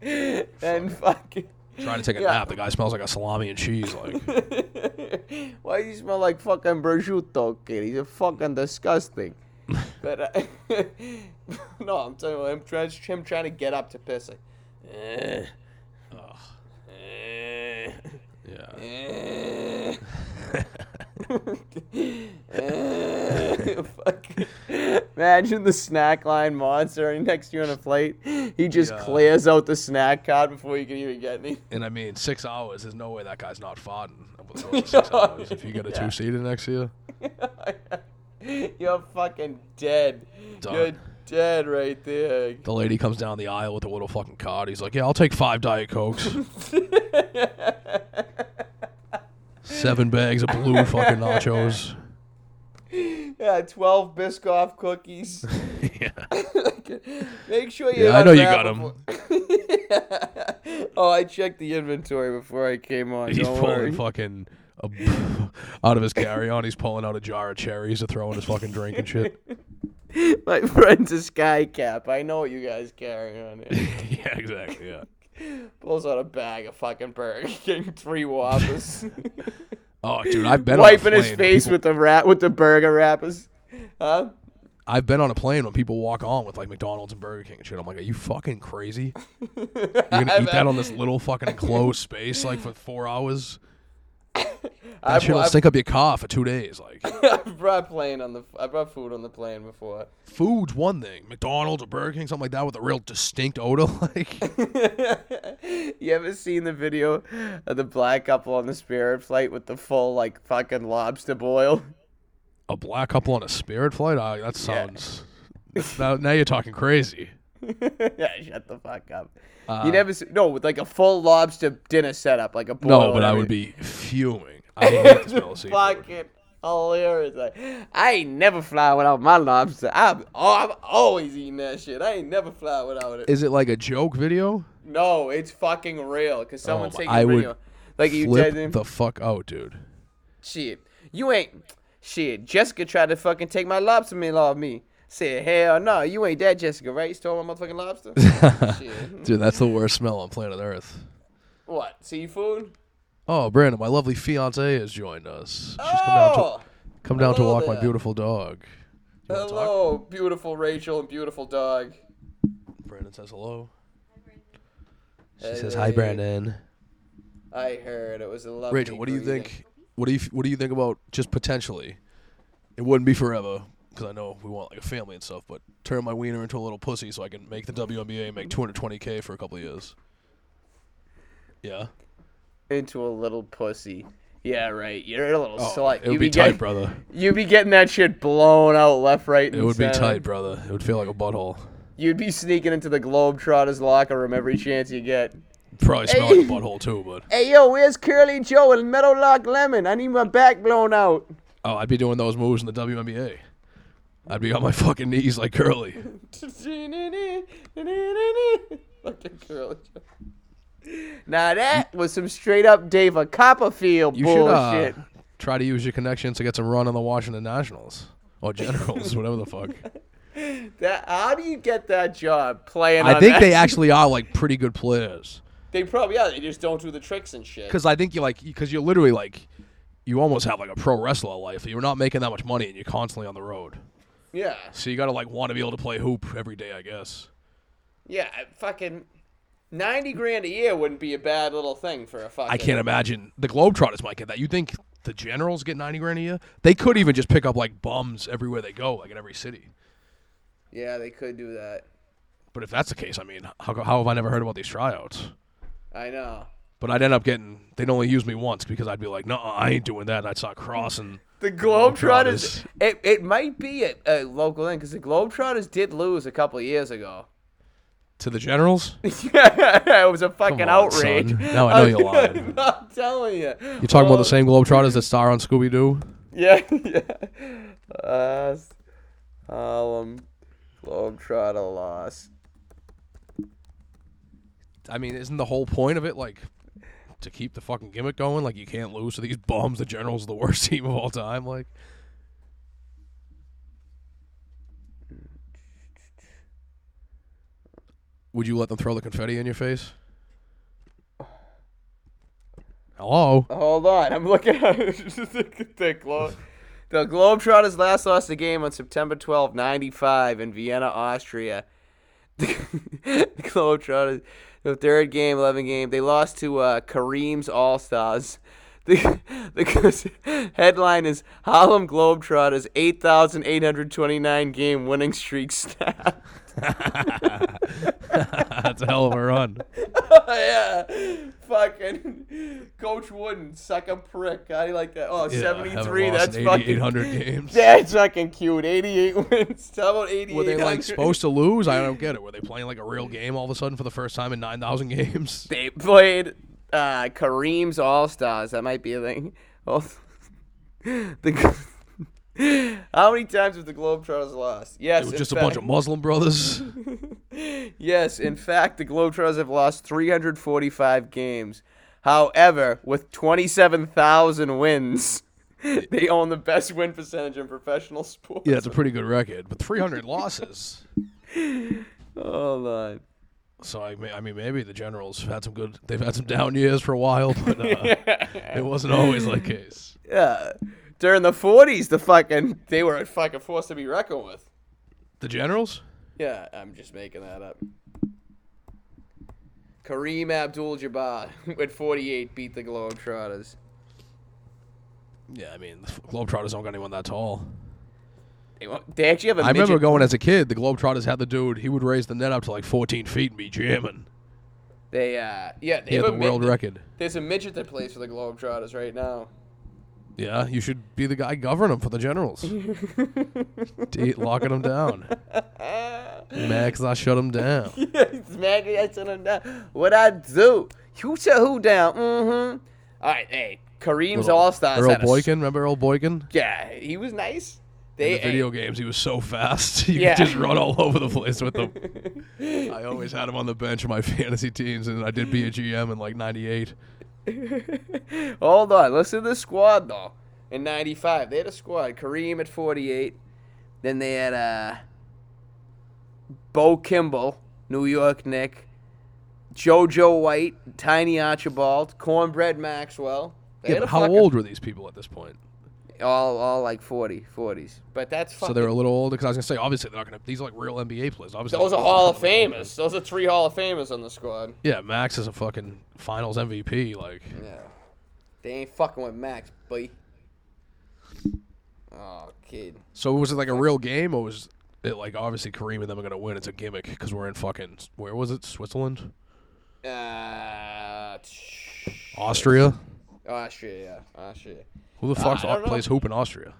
Speaker 2: You, and fucking.
Speaker 1: Trying to take a
Speaker 2: Yeah.
Speaker 1: nap, the guy smells like a salami and cheese. Like,
Speaker 2: Why you smell like fucking prosciutto, kid? He's fucking disgusting. but uh, no, I'm telling you, him, trying, him trying to get up to piss. Like, eh,
Speaker 1: ugh,
Speaker 2: eh,
Speaker 1: yeah.
Speaker 2: eh. Eh, fuck. Imagine the snack line monster next to you on a plate. He just
Speaker 1: Yeah.
Speaker 2: clears out the snack card before you can even get any.
Speaker 1: And I mean, six hours. There's no way that guy's not farting. over the course of Six hours. If you get a two seater next year.
Speaker 2: You're fucking dead.
Speaker 1: Done.
Speaker 2: You're dead right there.
Speaker 1: The lady comes down the aisle with a little fucking card. He's like, "Yeah, I'll take five diet cokes, seven bags of blue fucking nachos."
Speaker 2: yeah, twelve Biscoff cookies.
Speaker 1: yeah,
Speaker 2: Make sure you.
Speaker 1: Yeah, I know you
Speaker 2: unwrap
Speaker 1: got
Speaker 2: before- oh, I checked the inventory before I came on.
Speaker 1: he's
Speaker 2: Don't
Speaker 1: pulling
Speaker 2: worry.
Speaker 1: fucking a, out of his carry-on. He's pulling out a jar of cherries to throw in his fucking drink and shit.
Speaker 2: My friend's a sky cap. I know what you guys carry on here.
Speaker 1: yeah, exactly. Yeah.
Speaker 2: Pulls out a bag of fucking Burger King, three Whoppers.
Speaker 1: Oh, dude, I've been on a
Speaker 2: Wiping
Speaker 1: plane
Speaker 2: his
Speaker 1: when
Speaker 2: face
Speaker 1: people-
Speaker 2: with the rat with the burger wrappers. Huh?
Speaker 1: I've been on a plane when people walk on with like McDonald's and Burger King and shit. I'm like, are you fucking crazy? You're gonna eat that on this little fucking enclosed space like for four hours? That
Speaker 2: I've,
Speaker 1: shit'll
Speaker 2: I've,
Speaker 1: stink up your car for two days. Like,
Speaker 2: I've brought plane on the I brought food on the plane before.
Speaker 1: food's one thing. McDonald's or Burger King, something like that, with a real distinct odor. Like,
Speaker 2: you ever seen the video of the black couple on the Spirit flight with the full like fucking lobster boil?
Speaker 1: a black couple on a Spirit flight. Ah, that sounds. now, now you're talking crazy.
Speaker 2: yeah, shut the fuck up. you never s no with like a full lobster dinner setup like a boil.
Speaker 1: Uh. No, but
Speaker 2: and
Speaker 1: I would
Speaker 2: everything.
Speaker 1: be fuming. I hate the smell of seafood.
Speaker 2: fucking hilarious. Like, I ain't never fly without my lobster. I'm oh, I'm always eating that shit. I ain't never fly without it.
Speaker 1: Is it like a joke video?
Speaker 2: No, it's fucking real. Cause someone's
Speaker 1: my-
Speaker 2: taking
Speaker 1: Oh, I
Speaker 2: a
Speaker 1: would
Speaker 2: video. Like you
Speaker 1: Flip
Speaker 2: did
Speaker 1: the fuck out, dude.
Speaker 2: shit. You ain't shit. Jessica tried to fucking take my lobster meal off me. Said hell no, you ain't that Jessica, right? Stole my motherfucking lobster. shit.
Speaker 1: Dude, that's the worst smell on planet Earth.
Speaker 2: What seafood?
Speaker 1: Oh, Brandon, my lovely fiance has joined us. She's come down to
Speaker 2: oh,
Speaker 1: come down to
Speaker 2: hello
Speaker 1: walk my
Speaker 2: there.
Speaker 1: beautiful dog. You wanna talk?
Speaker 2: hello, beautiful Rachel and beautiful dog.
Speaker 1: Brandon says hello. She
Speaker 2: Hey,
Speaker 1: says hi,
Speaker 2: hey.
Speaker 1: Brandon.
Speaker 2: I heard it was a lovely.
Speaker 1: Rachel, what do you
Speaker 2: greeting.
Speaker 1: think? What do you What do you think about just potentially? It wouldn't be forever because I know we want like a family and stuff. But turn my wiener into a little pussy so I can make the WNBA and make 220k for a couple of years. Yeah,
Speaker 2: into a little pussy. Yeah, right. You're a little
Speaker 1: Oh,
Speaker 2: slut.
Speaker 1: it would
Speaker 2: You'd
Speaker 1: be, tight,
Speaker 2: getting,
Speaker 1: brother.
Speaker 2: You'd be getting that shit blown out left, right, and
Speaker 1: It would be
Speaker 2: center.
Speaker 1: tight, brother. It would feel like a butthole.
Speaker 2: You'd be sneaking into the Globetrotters locker room every chance you get.
Speaker 1: Probably smell like a butthole too, but
Speaker 2: Hey yo, where's Curly Joe and Meadowlark Lemon? I need my back blown out.
Speaker 1: oh, I'd be doing those moves in the WNBA. I'd be on my fucking knees like Curly.
Speaker 2: Fucking Curly Joe. Now that was some straight up Dave Copperfield
Speaker 1: You
Speaker 2: bullshit.
Speaker 1: should uh, try to use your connections to get some run on the Washington Nationals or Generals, whatever the fuck.
Speaker 2: that, how do you get that job playing?
Speaker 1: I
Speaker 2: on
Speaker 1: think
Speaker 2: that?
Speaker 1: they actually are like pretty good players.
Speaker 2: They probably yeah. They just don't do the tricks and shit.
Speaker 1: because I think you like because you're literally like you almost have like a pro wrestler life. You're not making that much money and you're constantly on the road,
Speaker 2: Yeah,
Speaker 1: so you gotta like want to be able to play hoop every day, I guess.
Speaker 2: yeah. I- Fucking ninety grand a year wouldn't be a bad little thing for a fucking.
Speaker 1: I can't imagine the Globetrotters might get that. You think the Generals get ninety grand a year? They could even just pick up like bums everywhere they go, like in every city.
Speaker 2: Yeah, they could do that.
Speaker 1: But if that's the case, I mean, how, how have I never heard about these tryouts?
Speaker 2: I know.
Speaker 1: But I'd end up getting they'd only use me once because I'd be like, no, I ain't doing that. That's not crossing.
Speaker 2: The Globetrotters. It, it might be a, a local thing because the Globetrotters did lose a couple of years ago.
Speaker 1: To the generals? You're
Speaker 2: it was a fucking
Speaker 1: on,
Speaker 2: outrage.
Speaker 1: son. Now I know you're lying.
Speaker 2: I'm telling you. You're
Speaker 1: talking about the same Globetrotters that star on Scooby Doo?
Speaker 2: Yeah, yeah. Uh, Harlem Globetrotter loss.
Speaker 1: I mean, isn't the whole point of it like to keep the fucking gimmick going? Like you can't lose to these bums. The Generals are the worst team of all time. Like Would you let them throw the confetti in your face? Hello?
Speaker 2: Hold on, I'm looking at the Globe. The Globetrotters last lost the game on September 12, 95 in Vienna, Austria. the Globetrotters, the third game, 11 game, they lost to uh, Kareem's All Stars. The, the headline is Harlem Globetrotters 8,829 game winning streak snapped.
Speaker 1: That's a hell of a run.
Speaker 2: Oh, yeah, fucking Coach Wooden, suck a prick. How do you like that? Oh,
Speaker 1: Yeah, haven't
Speaker 2: 73,
Speaker 1: lost
Speaker 2: that's
Speaker 1: in
Speaker 2: fucking
Speaker 1: 8,800 games.
Speaker 2: That's fucking cute. 88 wins. How about 88?
Speaker 1: Were they like supposed to lose? I don't get it. Were they playing like a real game all of a sudden for the first time in 9,000 games?
Speaker 2: They played uh, Kareem's All Stars. That might be a thing. Oh, the, how many times have the Globetrotters lost? Yes,
Speaker 1: It was
Speaker 2: in
Speaker 1: just a
Speaker 2: fact-
Speaker 1: bunch of Muslim brothers.
Speaker 2: Yes, in fact, the Globetrotters have lost 345 games. However, with 27,000 wins, they own the best win percentage in professional sports.
Speaker 1: Yeah, it's a pretty good record, but 300 losses.
Speaker 2: Hold on.
Speaker 1: So I mean, I mean, maybe the Generals have had some good. They've had some down years for a while, but uh, it wasn't always like case.
Speaker 2: Yeah. During the 40s, the fucking they were a fucking force to be reckoned with.
Speaker 1: The Generals?
Speaker 2: Yeah, I'm just making that up. Kareem Abdul-Jabbar at 48 beat the Globetrotters.
Speaker 1: Yeah, I mean, the Globetrotters don't got anyone that tall.
Speaker 2: They, wa- they actually have a
Speaker 1: I remember
Speaker 2: midget-
Speaker 1: going as a kid. The Globetrotters had the dude. He would raise the net up to like 14 feet and be jamming.
Speaker 2: They uh yeah they
Speaker 1: He had the
Speaker 2: have a
Speaker 1: world
Speaker 2: mid-
Speaker 1: record.
Speaker 2: There's a midget that plays for the Globetrotters right now.
Speaker 1: Yeah, you should be the guy governing them for the Generals. De- locking them down. Max, I shut them down.
Speaker 2: it's Maggie. I sent him down. What I do? You shut who down? Mm-hmm. All right, hey, Kareem's All Stars.
Speaker 1: Earl Boykin, remember Earl Boykin?
Speaker 2: Yeah, he was nice. They
Speaker 1: the video games, he was so fast. You
Speaker 2: eh. Yeah.
Speaker 1: could just run all over the place with him. I always had him on the bench of my fantasy teams, and I did be a GM in like '98.
Speaker 2: Hold on. Listen to the squad, though. In 95, they had a squad. Kareem at 48. Then they had uh, Bo Kimball, New York Nick. JoJo White, Tiny Archibald, Cornbread Maxwell. They
Speaker 1: Yeah,
Speaker 2: had
Speaker 1: but
Speaker 2: a
Speaker 1: how
Speaker 2: fucking-
Speaker 1: old were these people at this point?
Speaker 2: All, all like 40, 40s. But that's fucking.
Speaker 1: So they were a little older. Because I was gonna say, obviously they're not gonna. These are like real NBA players. Obviously,
Speaker 2: Those
Speaker 1: they're
Speaker 2: are
Speaker 1: not
Speaker 2: Hall of
Speaker 1: gonna-
Speaker 2: Famers. Those are three Hall of Famers on the squad.
Speaker 1: Yeah, Max is a fucking Finals MVP. Like,
Speaker 2: Yeah. They ain't fucking with Max, buddy. Oh, kid.
Speaker 1: so was it like a real game, or was it like obviously Kareem and them are gonna win? It's a gimmick because we're in fucking where was it? Switzerland,
Speaker 2: Uh, tsh-
Speaker 1: Austria.
Speaker 2: Austria, yeah. Austria.
Speaker 1: Who the fuck
Speaker 2: I don't know.
Speaker 1: plays hoop in Austria?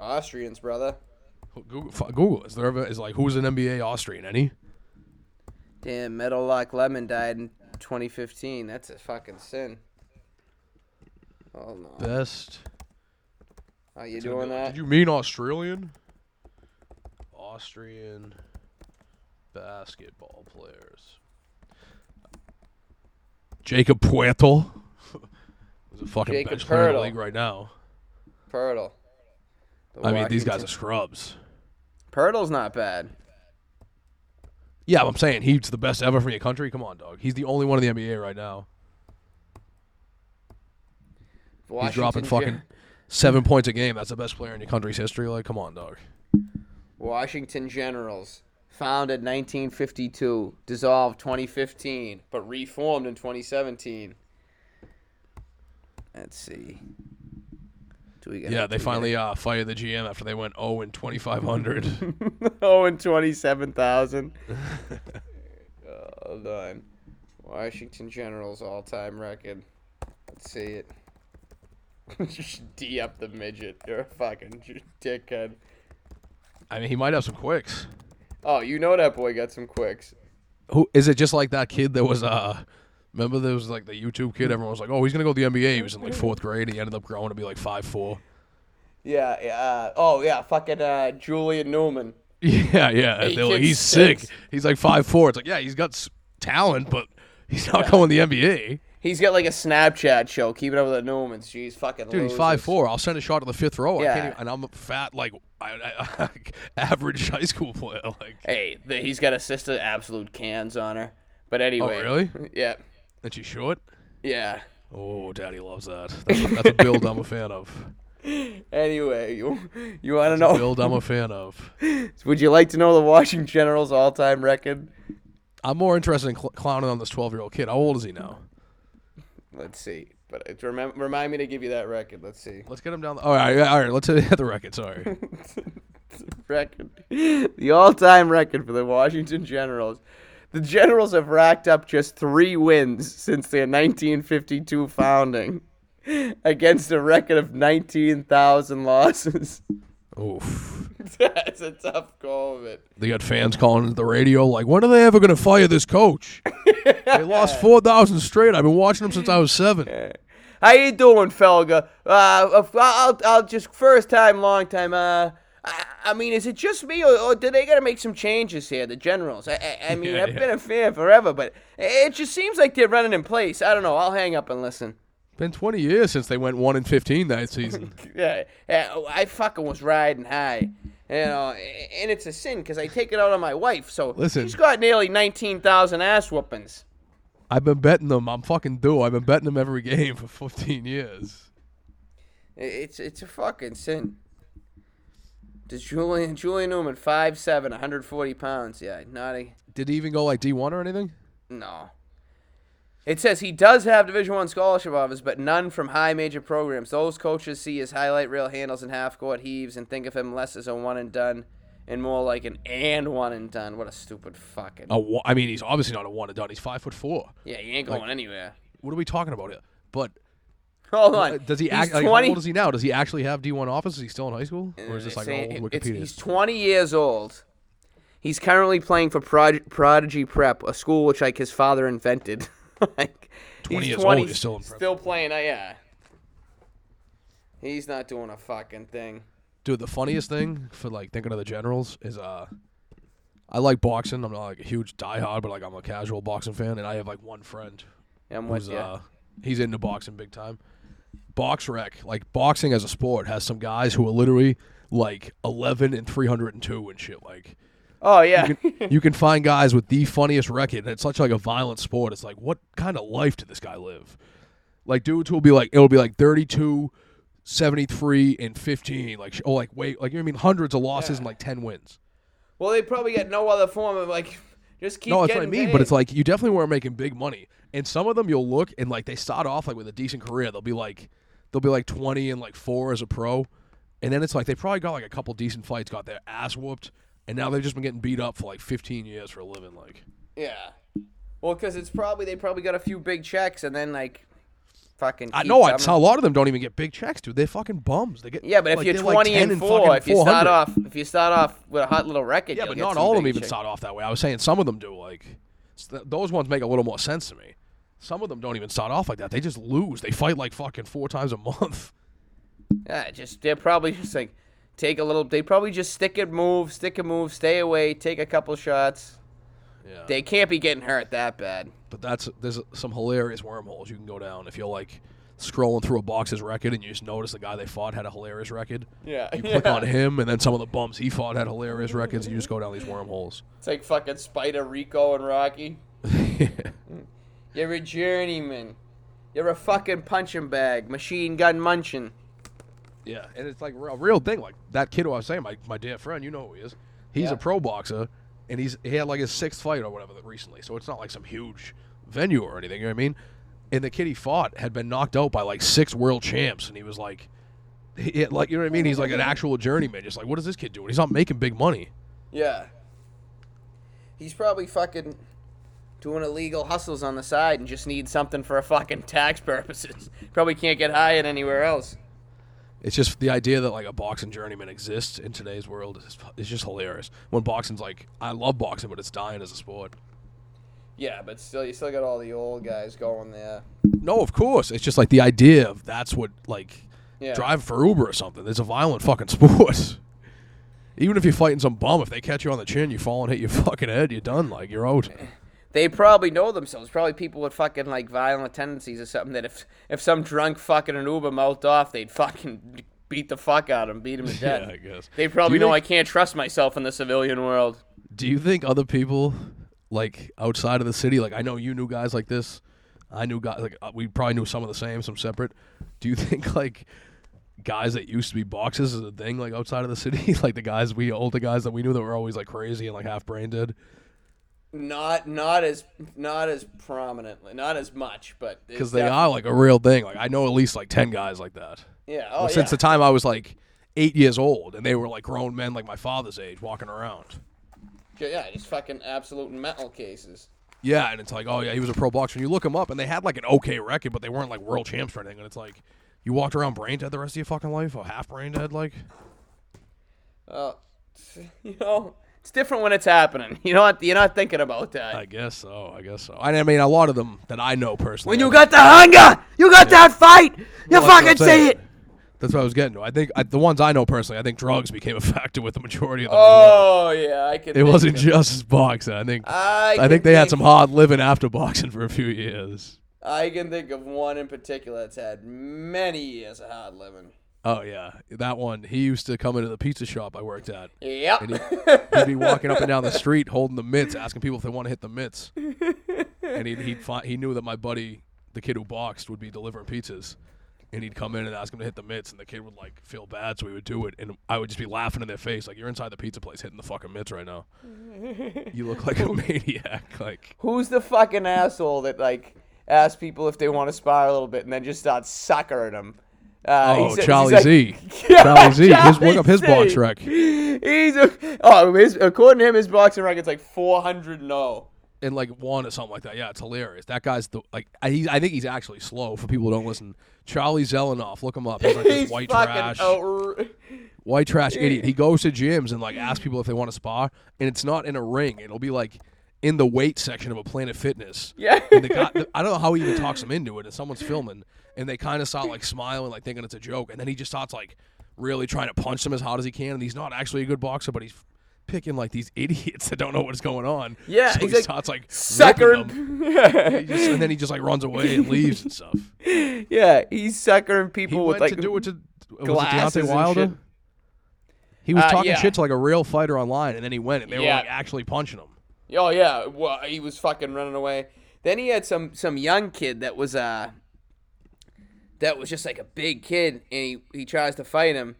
Speaker 2: Austrians, brother.
Speaker 1: Google, f- Google is there ever is like who's an NBA Austrian? Any?
Speaker 2: Damn, Meadowlark Lemon died in 2015. That's a fucking sin. Oh no.
Speaker 1: Best.
Speaker 2: Are you doing
Speaker 1: Did
Speaker 2: that?
Speaker 1: you mean Australian? Austrian basketball players. Jacob Puerto. He's a fucking
Speaker 2: Jacob
Speaker 1: bench player in the
Speaker 2: Puerto.
Speaker 1: league right now.
Speaker 2: Pirtle.
Speaker 1: I mean, these guys are scrubs.
Speaker 2: Pirtle's not bad.
Speaker 1: Yeah, I'm saying he's the best ever from your country. Come on, dog. He's the only one in the NBA right now. He's dropping
Speaker 2: Washington
Speaker 1: fucking
Speaker 2: Gen-
Speaker 1: seven points a game. That's the best player in your country's history. Like, come on, dog.
Speaker 2: Washington Generals, founded 1952, dissolved 2015, but reformed in 2017. Let's see. Do we got
Speaker 1: Yeah, they finally uh, fired the GM after they went 0 and 2,500.
Speaker 2: oh and 27,000. Hold on. Washington Generals all-time record. Let's see it. Just D up the midget. You're a fucking j- dickhead.
Speaker 1: I mean, he might have some quicks.
Speaker 2: Oh, you know that boy got some quicks.
Speaker 1: Who is it? Just like that kid that was uh, remember there was like the YouTube kid. Everyone was like, "Oh, he's gonna go to the NBA." He was in like fourth grade. He ended up growing to be like five four.
Speaker 2: Yeah, yeah. Uh, oh, yeah. Fucking uh, Julian Newman.
Speaker 1: Yeah, yeah.
Speaker 2: Hey,
Speaker 1: They're like,
Speaker 2: kid's
Speaker 1: he's sick.
Speaker 2: six."
Speaker 1: He's like five four. It's like, yeah, he's got s- talent, but he's not going to the NBA.
Speaker 2: He's got like a Snapchat show. Keep it up with the Newmans. Jeez, fucking
Speaker 1: Dude, he's five four. I'll send a shot to the fifth row. I
Speaker 2: Oh, Yeah.
Speaker 1: can't even, and I'm a fat, like I, I, average high school player. Like,
Speaker 2: Hey, the, he's got a sister, absolute cans on her. But anyway.
Speaker 1: Oh, really?
Speaker 2: Yeah.
Speaker 1: and she's short.
Speaker 2: Yeah.
Speaker 1: Oh, daddy loves that. That's a, that's a build I'm a fan of.
Speaker 2: Anyway, you you want to know?
Speaker 1: Build I'm a fan of.
Speaker 2: Would you like to know the Washington Generals' all-time record?
Speaker 1: I'm more interested in cl- clowning on this 12 year old kid. How old is he now?
Speaker 2: Let's see. But it's remem- remind me to give you that record. Let's see.
Speaker 1: Let's get him down. The- all right, all right. Let's hit the record. Sorry.
Speaker 2: Record. The all-time record for the Washington Generals. The Generals have racked up just three wins since their 1952 founding, against a record of 19,000 losses.
Speaker 1: Oof.
Speaker 2: That's a tough go of it.
Speaker 1: They got fans calling into the radio like, when are they ever going to fire this coach? they lost 4,000 straight. I've been watching them since I was seven.
Speaker 2: How you doing, Felga? Uh, I'll, I'll, I'll just first time, long time. Uh, I, I mean, is it just me, or, or do they gotta make some changes here, the Generals? I, I, I mean,
Speaker 1: Yeah,
Speaker 2: I've
Speaker 1: yeah.
Speaker 2: been a fan forever, but it just seems like they're running in place. I don't know. I'll hang up and listen.
Speaker 1: Been 20 years since they went 1 and 15 that season.
Speaker 2: Yeah, yeah, oh, I fucking was riding high. You know, a- and it's a sin because I take it out on my wife. So
Speaker 1: Listen.
Speaker 2: she's got nearly nineteen thousand ass whoopings.
Speaker 1: I've been betting them. I'm fucking due. I've been betting them every game for 15 years.
Speaker 2: I- It's it's a fucking sin. Does Julian Julian Newman 5'7", 140 pounds? Yeah, not a
Speaker 1: Did he even go like D1 or anything?
Speaker 2: no. It says he does have Division One scholarship offers, but none from high major programs. Those coaches see his highlight reel handles and half court heaves and think of him less as a one and done and more like an and one and done. What a stupid fucking
Speaker 1: A wa- I mean, he's obviously not a one and done. He's five foot four.
Speaker 2: yeah. He ain't going anywhere.
Speaker 1: What are we talking about here? But
Speaker 2: Hold
Speaker 1: Uh,
Speaker 2: on.
Speaker 1: Does he
Speaker 2: He's
Speaker 1: act? Like, how
Speaker 2: 20
Speaker 1: old is he now? Does he actually have D one office? Is he still in high school, or is this like
Speaker 2: saying
Speaker 1: an
Speaker 2: it-
Speaker 1: old
Speaker 2: it's-
Speaker 1: Wikipedia?
Speaker 2: He's 20 years old. He's currently playing for Prod- Prodigy Prep, a school which like his father invented. like
Speaker 1: 20
Speaker 2: he's
Speaker 1: years old,
Speaker 2: 20,
Speaker 1: he's still in prep.
Speaker 2: still playing. Uh, yeah, he's not doing a fucking thing.
Speaker 1: Dude, the funniest thing for like thinking of the generals is uh, I like boxing. I'm not like a huge diehard, but like I'm a casual boxing fan, and I have like one friend
Speaker 2: I'm with
Speaker 1: who's
Speaker 2: you.
Speaker 1: uh, he's into boxing big time. Box rec, like boxing as a sport, has some guys who are literally like 11 and 302 and shit. Like
Speaker 2: oh yeah,
Speaker 1: you can find guys with the funniest record, and it's such like a violent sport. It's like, what kind of life did this guy live? Like dudes will be like, it'll be like 32, 73, and 15. Like, sh- oh, like wait, like you know what I mean? Hundreds of losses and like 10 wins.
Speaker 2: well they probably got no other form of like just keep.
Speaker 1: No, that's
Speaker 2: getting
Speaker 1: what I mean,
Speaker 2: paid.
Speaker 1: but it's like you definitely weren't making big money. And some of them you'll look and like they start off like with a decent career. They'll be like, they'll be like 20 and like four as a pro. And then it's like they probably got like a couple decent fights, got their ass whooped, and now they've just been getting beat up for like 15 years for a living. Like,
Speaker 2: yeah. Well, because it's probably they probably got a few big checks and then like fucking.
Speaker 1: I
Speaker 2: keep
Speaker 1: know. I
Speaker 2: coming.
Speaker 1: tell a lot of them don't even get big checks, dude. They're fucking bums. They get
Speaker 2: Yeah, but if
Speaker 1: like,
Speaker 2: you're
Speaker 1: they're
Speaker 2: 20
Speaker 1: like 10
Speaker 2: and four,
Speaker 1: fucking
Speaker 2: if you start
Speaker 1: 400.
Speaker 2: off, if you start off with a hot little record,
Speaker 1: yeah,
Speaker 2: you'll
Speaker 1: but
Speaker 2: get
Speaker 1: not
Speaker 2: some
Speaker 1: all of them
Speaker 2: big
Speaker 1: even
Speaker 2: check.
Speaker 1: start off that way. I was saying some of them do. Like s- th- those ones make a little more sense to me. Some of them don't even start off like that. They just lose. They fight like fucking four times a month.
Speaker 2: Yeah, just they're probably just like take a little. They probably just stick and move, stick and move, stay away, take a couple shots.
Speaker 1: Yeah.
Speaker 2: They can't be getting hurt that bad.
Speaker 1: But that's there's some hilarious wormholes you can go down if you're like scrolling through a box's record and you just notice the guy they fought had a hilarious record.
Speaker 2: Yeah,
Speaker 1: You click on him and then some of the bums he fought had hilarious records and you just go down these wormholes.
Speaker 2: It's like fucking Spider Rico and Rocky.
Speaker 1: yeah.
Speaker 2: You're a journeyman. You're a fucking punching bag, machine gun munching.
Speaker 1: Yeah, and it's like a real thing. Like that kid who I was saying, my, my dear friend, you know who he is. He's
Speaker 2: Yeah.
Speaker 1: a pro boxer, and he's he had like his sixth fight or whatever recently. So it's not like some huge venue or anything. You know what I mean? And the kid he fought had been knocked out by like six world champs, and he was like, he, had, like you know what I mean? He's like an actual journeyman. Just like, what is this kid doing? He's not making big money.
Speaker 2: Yeah. He's probably fucking doing illegal hustles on the side and just needs something for a fucking tax purposes. Probably can't get hired anywhere else.
Speaker 1: It's just the idea that like a boxing journeyman exists in today's world is is just hilarious. When boxing's like, I love boxing, but it's dying as a sport.
Speaker 2: Yeah, but still, you still got all the old guys going there.
Speaker 1: No, of course. It's just like the idea of that's what like
Speaker 2: Yeah.
Speaker 1: drive for Uber or something. It's a violent fucking sport. Even if you're fighting some bum, if they catch you on the chin, you fall and hit your fucking head, you're done. Like you're out.
Speaker 2: They probably know themselves. Probably people with fucking like violent tendencies or something. That if if some drunk fucking an Uber mouthed off, they'd fucking beat the fuck out of him, beat him to death.
Speaker 1: Yeah, I guess.
Speaker 2: They probably
Speaker 1: Do you
Speaker 2: know I
Speaker 1: think-
Speaker 2: can't trust myself in the civilian world.
Speaker 1: Do you think other people like outside of the city, like I know you knew guys like this, I knew guys like uh, we probably knew some of the same, some separate. Do you think like guys that used to be boxes is a thing like outside of the city, like the guys we older guys that we knew that were always like crazy and like half brain dead?
Speaker 2: Not not as not as prominently, not as much, but it's
Speaker 1: because they
Speaker 2: def-
Speaker 1: are like a real thing. Like I know at least like ten guys like that.
Speaker 2: Yeah. Oh
Speaker 1: Well, since
Speaker 2: yeah.
Speaker 1: the time I was like eight years old, and they were like grown men, like my father's age, walking around.
Speaker 2: Ju- yeah, just fucking absolute mental cases.
Speaker 1: Yeah, and it's like, oh yeah, he was a pro boxer. And you look him up, and they had like an okay record, but they weren't like world champs or anything. And it's like, you walked around brain dead the rest of your fucking life, or half brain dead, like.
Speaker 2: Oh, you know, it's different when it's happening. You're not you're not thinking about that.
Speaker 1: I guess so. I guess so. And I mean, a lot of them that I know personally.
Speaker 2: when you
Speaker 1: like-
Speaker 2: got the hunger, you got that fight. You
Speaker 1: Well, that's what
Speaker 2: fucking
Speaker 1: I'm saying.
Speaker 2: see it.
Speaker 1: That's what I was getting to. I think I, the ones I know personally, I think drugs became a factor with the majority of them. as well.
Speaker 2: Oh Ah. yeah, I can.
Speaker 1: It wasn't just boxing. I think
Speaker 2: I
Speaker 1: I,
Speaker 2: can
Speaker 1: think they had
Speaker 2: think-
Speaker 1: some hard living after boxing for a few years.
Speaker 2: I can think of one in particular that's had many years of hard living.
Speaker 1: Oh yeah, that one. He used to come into the pizza shop I worked at.
Speaker 2: Yep.
Speaker 1: He'd be walking up and down the street holding the mitts, asking people if they want to hit the mitts. And he'd, he'd find, he knew that my buddy, the kid who boxed, would be delivering pizzas. And he'd come in and ask him to hit the mitts, and the kid would like feel bad, so he would do it. And I would just be laughing in their face, like you're inside the pizza place hitting the fucking mitts right now. You look like a maniac. Like
Speaker 2: Who's the fucking asshole that like asks people if they want to spar a little bit and then just starts suckering them? Uh,
Speaker 1: Oh,
Speaker 2: he's- he's
Speaker 1: Charlie
Speaker 2: like-
Speaker 1: Z.
Speaker 2: Yeah,
Speaker 1: Charlie Z. His, look
Speaker 2: Charlie
Speaker 1: up his
Speaker 2: Z.
Speaker 1: box rec.
Speaker 2: He's a, oh, his, according to him, his boxing record's like 400 no.
Speaker 1: And like one or something like that. Yeah, it's hilarious. That guy's the like. I, he's, I think he's actually slow. For people who don't listen, Charlie Zelenoff. Look him up. He's like
Speaker 2: He's
Speaker 1: this white
Speaker 2: fucking
Speaker 1: trash,
Speaker 2: outra-
Speaker 1: white trash idiot. He goes to gyms and like asks people if they want to spar, and it's not in a ring. It'll be like in the weight section of a Planet Fitness.
Speaker 2: Yeah.
Speaker 1: And the guy, I don't know how he even talks them into it. And someone's filming, and they kind of start like smiling, like thinking it's a joke, and then he just starts like really trying to punch them as hard as he can. And he's not actually a good boxer, but he's picking like these idiots that don't know what's going on.
Speaker 2: Yeah,
Speaker 1: so
Speaker 2: he's
Speaker 1: he
Speaker 2: like,
Speaker 1: starts like whipping them.
Speaker 2: suckering.
Speaker 1: He just- and then he just like runs away and leaves and stuff.
Speaker 2: yeah, he's suckering
Speaker 1: He
Speaker 2: people
Speaker 1: went
Speaker 2: with like
Speaker 1: to do it to was it
Speaker 2: glasses
Speaker 1: Deontay
Speaker 2: and
Speaker 1: Wilder.
Speaker 2: shit.
Speaker 1: He was
Speaker 2: Uh,
Speaker 1: talking
Speaker 2: yeah.
Speaker 1: shit to like a real fighter online, and then he went, and they were
Speaker 2: Yeah.
Speaker 1: like actually punching him.
Speaker 2: Oh yeah, well, he was fucking running away. Then he had some some young kid that was uh that was just like a big kid, and he he tries to fight him,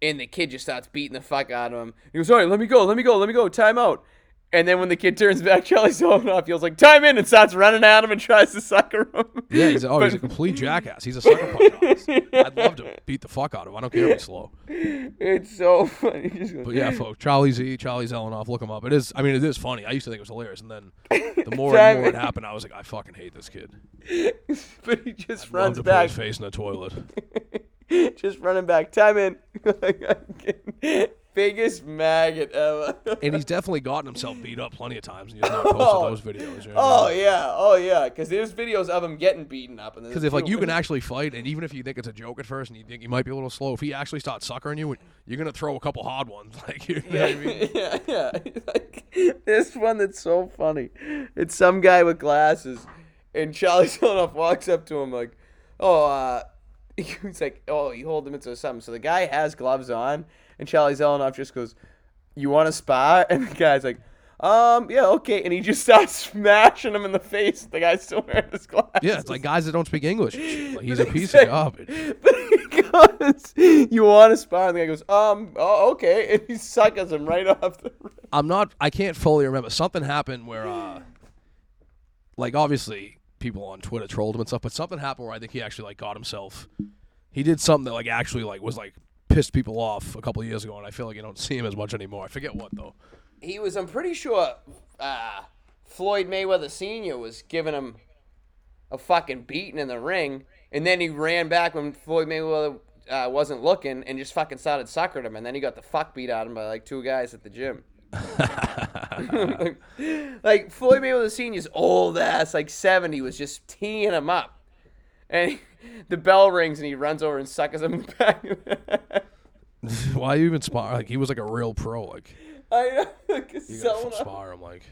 Speaker 2: and the kid just starts beating the fuck out of him. He goes, "All right, let me go, let me go, let me go, time out." And then when the kid turns back, Charlie Solanoff yells like "Time in!" and starts running at him and tries to sucker him.
Speaker 1: Yeah, he's a, oh, he's a
Speaker 2: But-
Speaker 1: complete jackass. He's a sucker punch artist. I'd love to beat the fuck out of him. I don't care if he's slow.
Speaker 2: it's so funny. Just go-
Speaker 1: But yeah, folks, Charlie Z, Charlie Zelenoff, look him up. It is. I mean, it is funny. I used to think it was hilarious, and then the more and
Speaker 2: Time-
Speaker 1: more it happened, I was like, I fucking hate this kid.
Speaker 2: but he just
Speaker 1: Love
Speaker 2: runs
Speaker 1: to put
Speaker 2: back,
Speaker 1: his face in the toilet.
Speaker 2: just running back. Time in. Biggest maggot ever.
Speaker 1: And he's definitely gotten himself beat up plenty of times, and he's not posted those videos. You know?
Speaker 2: Oh yeah, oh yeah, because there's videos of him getting beaten up.
Speaker 1: Because if like you can actually fight, and even if you think it's a joke at first, and you think you might be a little slow, if he actually starts suckering you, you're gonna throw a couple hard ones. Like you know what I mean?
Speaker 2: yeah, yeah. Like, this one that's so funny. It's some guy with glasses, and Charlie Solanoff walks up to him like, "Oh," uh, he's like, "Oh, you hold him into something." So the guy has gloves on, and Charlie Solanoff just goes, "You want to spar?" And the guy's like. Um. Yeah. Okay. And he just starts smashing him in the face. The guy's still wearing his glasses.
Speaker 1: Yeah, it's like guys that don't speak English. and shit. Like, he's a piece of garbage.
Speaker 2: But he goes, "You want to spar?" And the guy goes, "Um, oh, okay." And he suckers him right off the.
Speaker 1: I'm not. I can't fully remember. Something happened where, uh, like, obviously people on Twitter trolled him and stuff, but something happened where I think he actually like got himself. He did something that like actually like was like pissed people off a couple of years ago, and I feel like you don't see him as much anymore. I forget what though.
Speaker 2: He was. I'm pretty sure uh, Floyd Mayweather Senior was giving him a fucking beating in the ring, and then he ran back when Floyd Mayweather uh, wasn't looking, and just fucking started suckering him, and then he got the fuck beat out of him by like two guys at the gym. like, like Floyd Mayweather Senior's old ass, like seventy, was just teeing him up, and he- the bell rings, and he runs over and suckers him in the back.
Speaker 1: Why you even spar? Like he was like a real pro. Like
Speaker 2: I know, cause
Speaker 1: you
Speaker 2: so
Speaker 1: gotta spar him. Like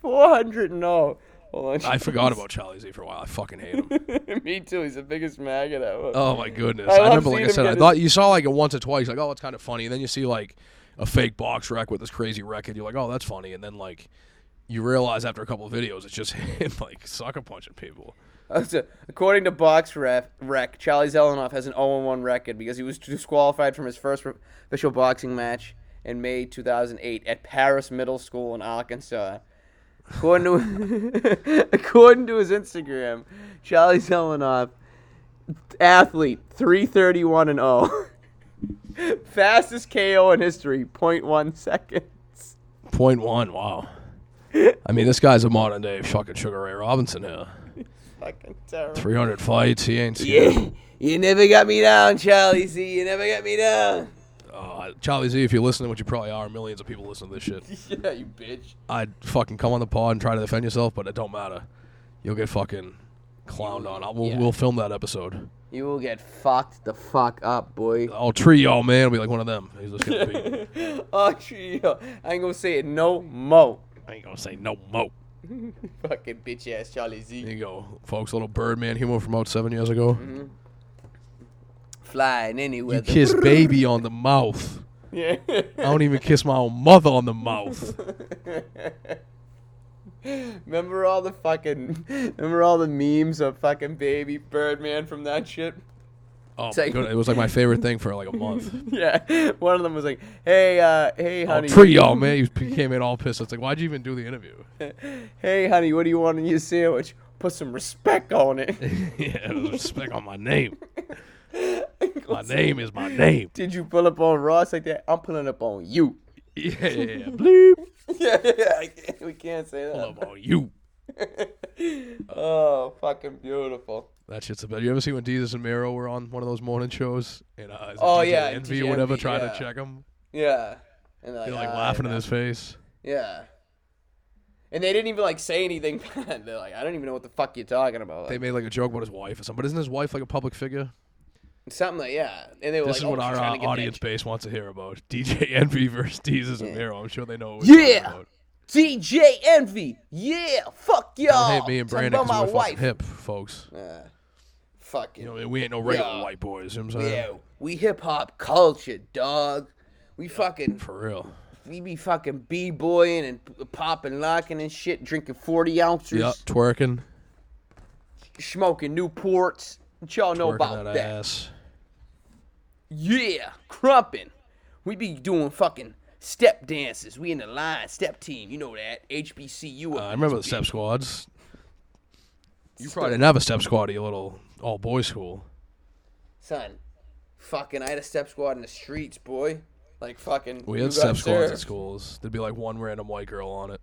Speaker 2: four hundred and oh. Hold on,
Speaker 1: I forgot about Charlie Z for a while. I fucking hate him.
Speaker 2: Me too. He's the biggest maggot ever.
Speaker 1: Oh my goodness!
Speaker 2: I
Speaker 1: I,
Speaker 2: love
Speaker 1: remember, like
Speaker 2: seeing
Speaker 1: I
Speaker 2: him
Speaker 1: said,
Speaker 2: get
Speaker 1: I
Speaker 2: his-
Speaker 1: thought you saw like it once or twice, like oh, it's kind of funny, and then you see like a fake box wreck with this crazy record. You're like, oh, that's funny, and then like you realize after a couple of videos, it's just him like sucker punching people.
Speaker 2: Also, According to Box Ref, Rec, Charlie Zelenoff has an 0-1 record because he was disqualified from his first official boxing match in May 2008 at Paris Middle School in Arkansas. According to, according to his Instagram, Charlie Zelenoff, athlete, 331 and 0. Fastest KO in history, 0.1 seconds.
Speaker 1: Point one, wow. I mean, this guy's a modern day fucking Sugar Ray Robinson here.
Speaker 2: Fucking terrible.
Speaker 1: 300 fights, he ain't seen.
Speaker 2: Yeah, you never got me down, Charlie Z. You never got me down.
Speaker 1: Uh, Charlie Z, if you're listening, which you probably are, millions of people listen to this shit.
Speaker 2: Yeah, you bitch.
Speaker 1: I'd fucking come on the pod and try to defend yourself, but it don't matter. You'll get fucking clowned on. I'll, we'll,
Speaker 2: Yeah.
Speaker 1: we'll film that episode.
Speaker 2: You will get fucked the fuck up, boy.
Speaker 1: I'll treat y'all, man. It'll be like one of them. He's just gonna be.
Speaker 2: Oh, gee, yo, I ain't gonna say it no mo.
Speaker 1: I ain't gonna say no mo.
Speaker 2: Fucking bitch ass Charlie
Speaker 1: There
Speaker 2: Z.
Speaker 1: you go, folks. Little Birdman humor from out seven years ago.
Speaker 2: Flying anywhere.
Speaker 1: You kiss baby on the mouth.
Speaker 2: Yeah.
Speaker 1: I don't even kiss my own mother on the mouth.
Speaker 2: remember all the fucking. Remember all the memes of fucking baby Birdman from that shit?
Speaker 1: Oh my
Speaker 2: like-
Speaker 1: god, it was like my favorite thing for like a month.
Speaker 2: Yeah. One of them was like, hey, uh, hey,
Speaker 1: I'll
Speaker 2: honey.
Speaker 1: treat y'all, man. He came in all pissed. It's like, why'd you even do the interview?
Speaker 2: hey, honey, what do you want in your sandwich? Put some respect on it.
Speaker 1: yeah, it was respect on my name. My name is my name.
Speaker 2: Did you pull up on Ross like that? I'm pulling up on you.
Speaker 1: Yeah, bleep.
Speaker 2: yeah, yeah, yeah. We can't say that.
Speaker 1: Love on you.
Speaker 2: Oh, fucking beautiful.
Speaker 1: That shit's a bit. You ever see when Jesus and Mero were on one of those morning shows? And uh, is it
Speaker 2: Oh,
Speaker 1: DJ
Speaker 2: yeah,
Speaker 1: Envy
Speaker 2: DJ
Speaker 1: or whatever
Speaker 2: Envy,
Speaker 1: tried
Speaker 2: yeah.
Speaker 1: to check him.
Speaker 2: Yeah. And they're like,
Speaker 1: They're like
Speaker 2: "Ah,
Speaker 1: laughing in
Speaker 2: yeah."
Speaker 1: his face.
Speaker 2: Yeah. And they didn't even like say anything bad. They're like, I don't even know what the fuck you're talking about.
Speaker 1: They made like a joke about his wife or something. But isn't his wife like a public figure?
Speaker 2: Something like yeah. And they were
Speaker 1: This
Speaker 2: like,
Speaker 1: is
Speaker 2: oh,
Speaker 1: what
Speaker 2: she's
Speaker 1: our
Speaker 2: trying
Speaker 1: uh,
Speaker 2: to get that
Speaker 1: audience base wants to hear about. DJ Envy versus Jesus and Mero. I'm sure they know. What we're talking
Speaker 2: Yeah.
Speaker 1: about.
Speaker 2: DJ Envy. Yeah. Fuck y'all.
Speaker 1: Don't hate me and
Speaker 2: Talking
Speaker 1: Brandon
Speaker 2: about
Speaker 1: because we're
Speaker 2: Oh, my
Speaker 1: fucking
Speaker 2: wife.
Speaker 1: hip, folks.
Speaker 2: Yeah. Fucking.
Speaker 1: You know, we ain't no regular
Speaker 2: Yeah.
Speaker 1: white boys. You know what I'm saying?
Speaker 2: Yeah, we hip hop culture, dog. We fucking
Speaker 1: For real.
Speaker 2: we be fucking b boying and p- popping, locking and shit, drinking forty ounces,
Speaker 1: Yep, twerking.
Speaker 2: smoking Newports. What y'all know
Speaker 1: Working
Speaker 2: about
Speaker 1: that
Speaker 2: that?
Speaker 1: ass.
Speaker 2: Yeah, crumping. We be doing fucking Step dances. We in the line. Step team. You know that. HBCU.
Speaker 1: Uh, I remember the step squads. You probably didn't have a step squad at your little all boys school.
Speaker 2: Son, fucking, I had a step squad in the streets, boy. Like fucking.
Speaker 1: We
Speaker 2: you
Speaker 1: had
Speaker 2: got
Speaker 1: step squads at
Speaker 2: served.
Speaker 1: schools. There'd be like one random white girl on it,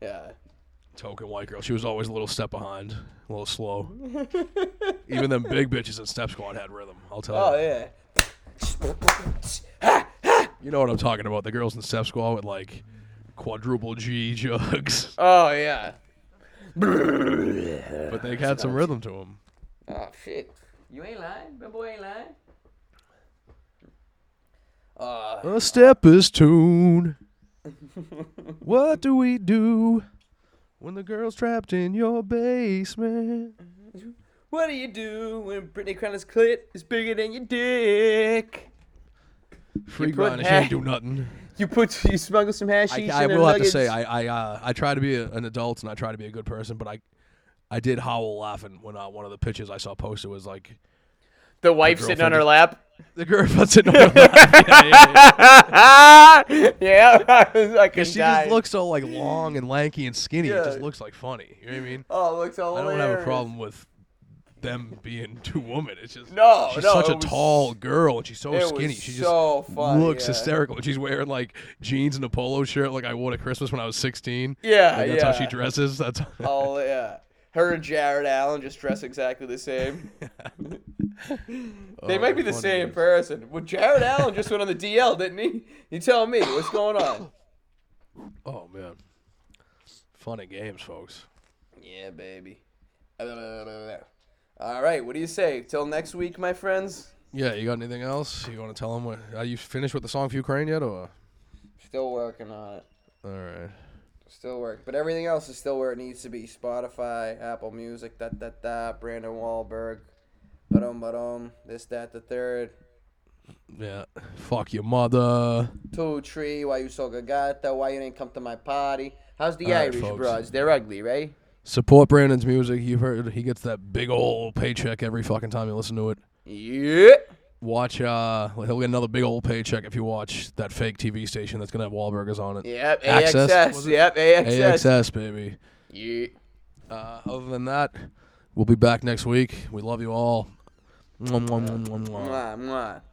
Speaker 2: Yeah.
Speaker 1: token white girl. She was always a little step behind, a little slow. Even them big bitches at step squad had rhythm. I'll tell
Speaker 2: Oh
Speaker 1: you.
Speaker 2: yeah.
Speaker 1: You know what I'm talking about? The girls in step squad with like quadruple G jugs,
Speaker 2: Oh yeah.
Speaker 1: but they had some rhythm to them.
Speaker 2: Oh shit. You ain't lying. My boy ain't lying. Uh,
Speaker 1: A step is tune. what do we do when the girl's trapped in your basement?
Speaker 2: what do you do when Brittany Croner's clit is bigger than your dick?
Speaker 1: Free
Speaker 2: You put
Speaker 1: grind, she
Speaker 2: hash-
Speaker 1: ain't do nothing.
Speaker 2: You put you smuggle some hashish.
Speaker 1: I, I
Speaker 2: in her
Speaker 1: will have to
Speaker 2: nuggets.
Speaker 1: say, I I, uh, I try to be a, an adult and I try to be a good person, but I I did howl laughing when uh, one of the pictures I saw posted was like
Speaker 2: the wife sitting on
Speaker 1: girlfriend
Speaker 2: her lap.
Speaker 1: the girl sitting on her lap. Yeah, yeah, yeah.
Speaker 2: yeah, I was like,
Speaker 1: She just looks so like long and lanky and skinny. It just
Speaker 2: Yeah.
Speaker 1: looks like funny. You know what I mean?
Speaker 2: Oh, it looks all.
Speaker 1: I don't have a
Speaker 2: hilarious.
Speaker 1: problem with them being two women. It's just
Speaker 2: No,
Speaker 1: she's
Speaker 2: no,
Speaker 1: such a
Speaker 2: it was-
Speaker 1: tall girl and she's so
Speaker 2: it was
Speaker 1: skinny. She just
Speaker 2: so funny,
Speaker 1: looks
Speaker 2: yeah.
Speaker 1: hysterical. And she's wearing like jeans and a polo shirt like I wore to Christmas when I was sixteen.
Speaker 2: Yeah,
Speaker 1: Like, that's how she
Speaker 2: yeah.
Speaker 1: dresses. That's
Speaker 2: Oh yeah. Her and Jared Allen just dress exactly the same. they
Speaker 1: Oh,
Speaker 2: might be the
Speaker 1: funny
Speaker 2: same
Speaker 1: is-
Speaker 2: person. Well, Jared Allen just went on the DL, didn't he? You tell me what's going on.
Speaker 1: Oh man. Fun and games, folks.
Speaker 2: Yeah, baby. All right, what do you say? Till next week, my friends.
Speaker 1: Yeah, you got anything else? You want to tell them what? Are you finished with the song for Ukraine yet? Or
Speaker 2: Still working on it.
Speaker 1: all right,
Speaker 2: Still work, but everything else is still where it needs to be. Spotify, Apple Music, that that that. Brandon Wahlberg, but um, but um, this that the third.
Speaker 1: yeah. Fuck your mother.
Speaker 2: Two tree, why you so gagata? Why you didn't come to my party? How's the
Speaker 1: All right,
Speaker 2: Irish
Speaker 1: folks.
Speaker 2: broads? They're ugly, right?
Speaker 1: Support Brandon's music. You've heard he gets that big old paycheck every fucking time you listen to it.
Speaker 2: Yeah.
Speaker 1: Watch, uh, he'll get another big old paycheck if you watch that fake TV station that's gonna have Wahlburgers on it.
Speaker 2: Yep.
Speaker 1: Access,
Speaker 2: AXS.
Speaker 1: was it?
Speaker 2: Yep. AXS.
Speaker 1: AXS baby.
Speaker 2: Yeah.
Speaker 1: Uh, other than that, we'll be back next week. We love you all. Mwah, mwah, mwah, mwah, mwah.
Speaker 2: Mwah, mwah.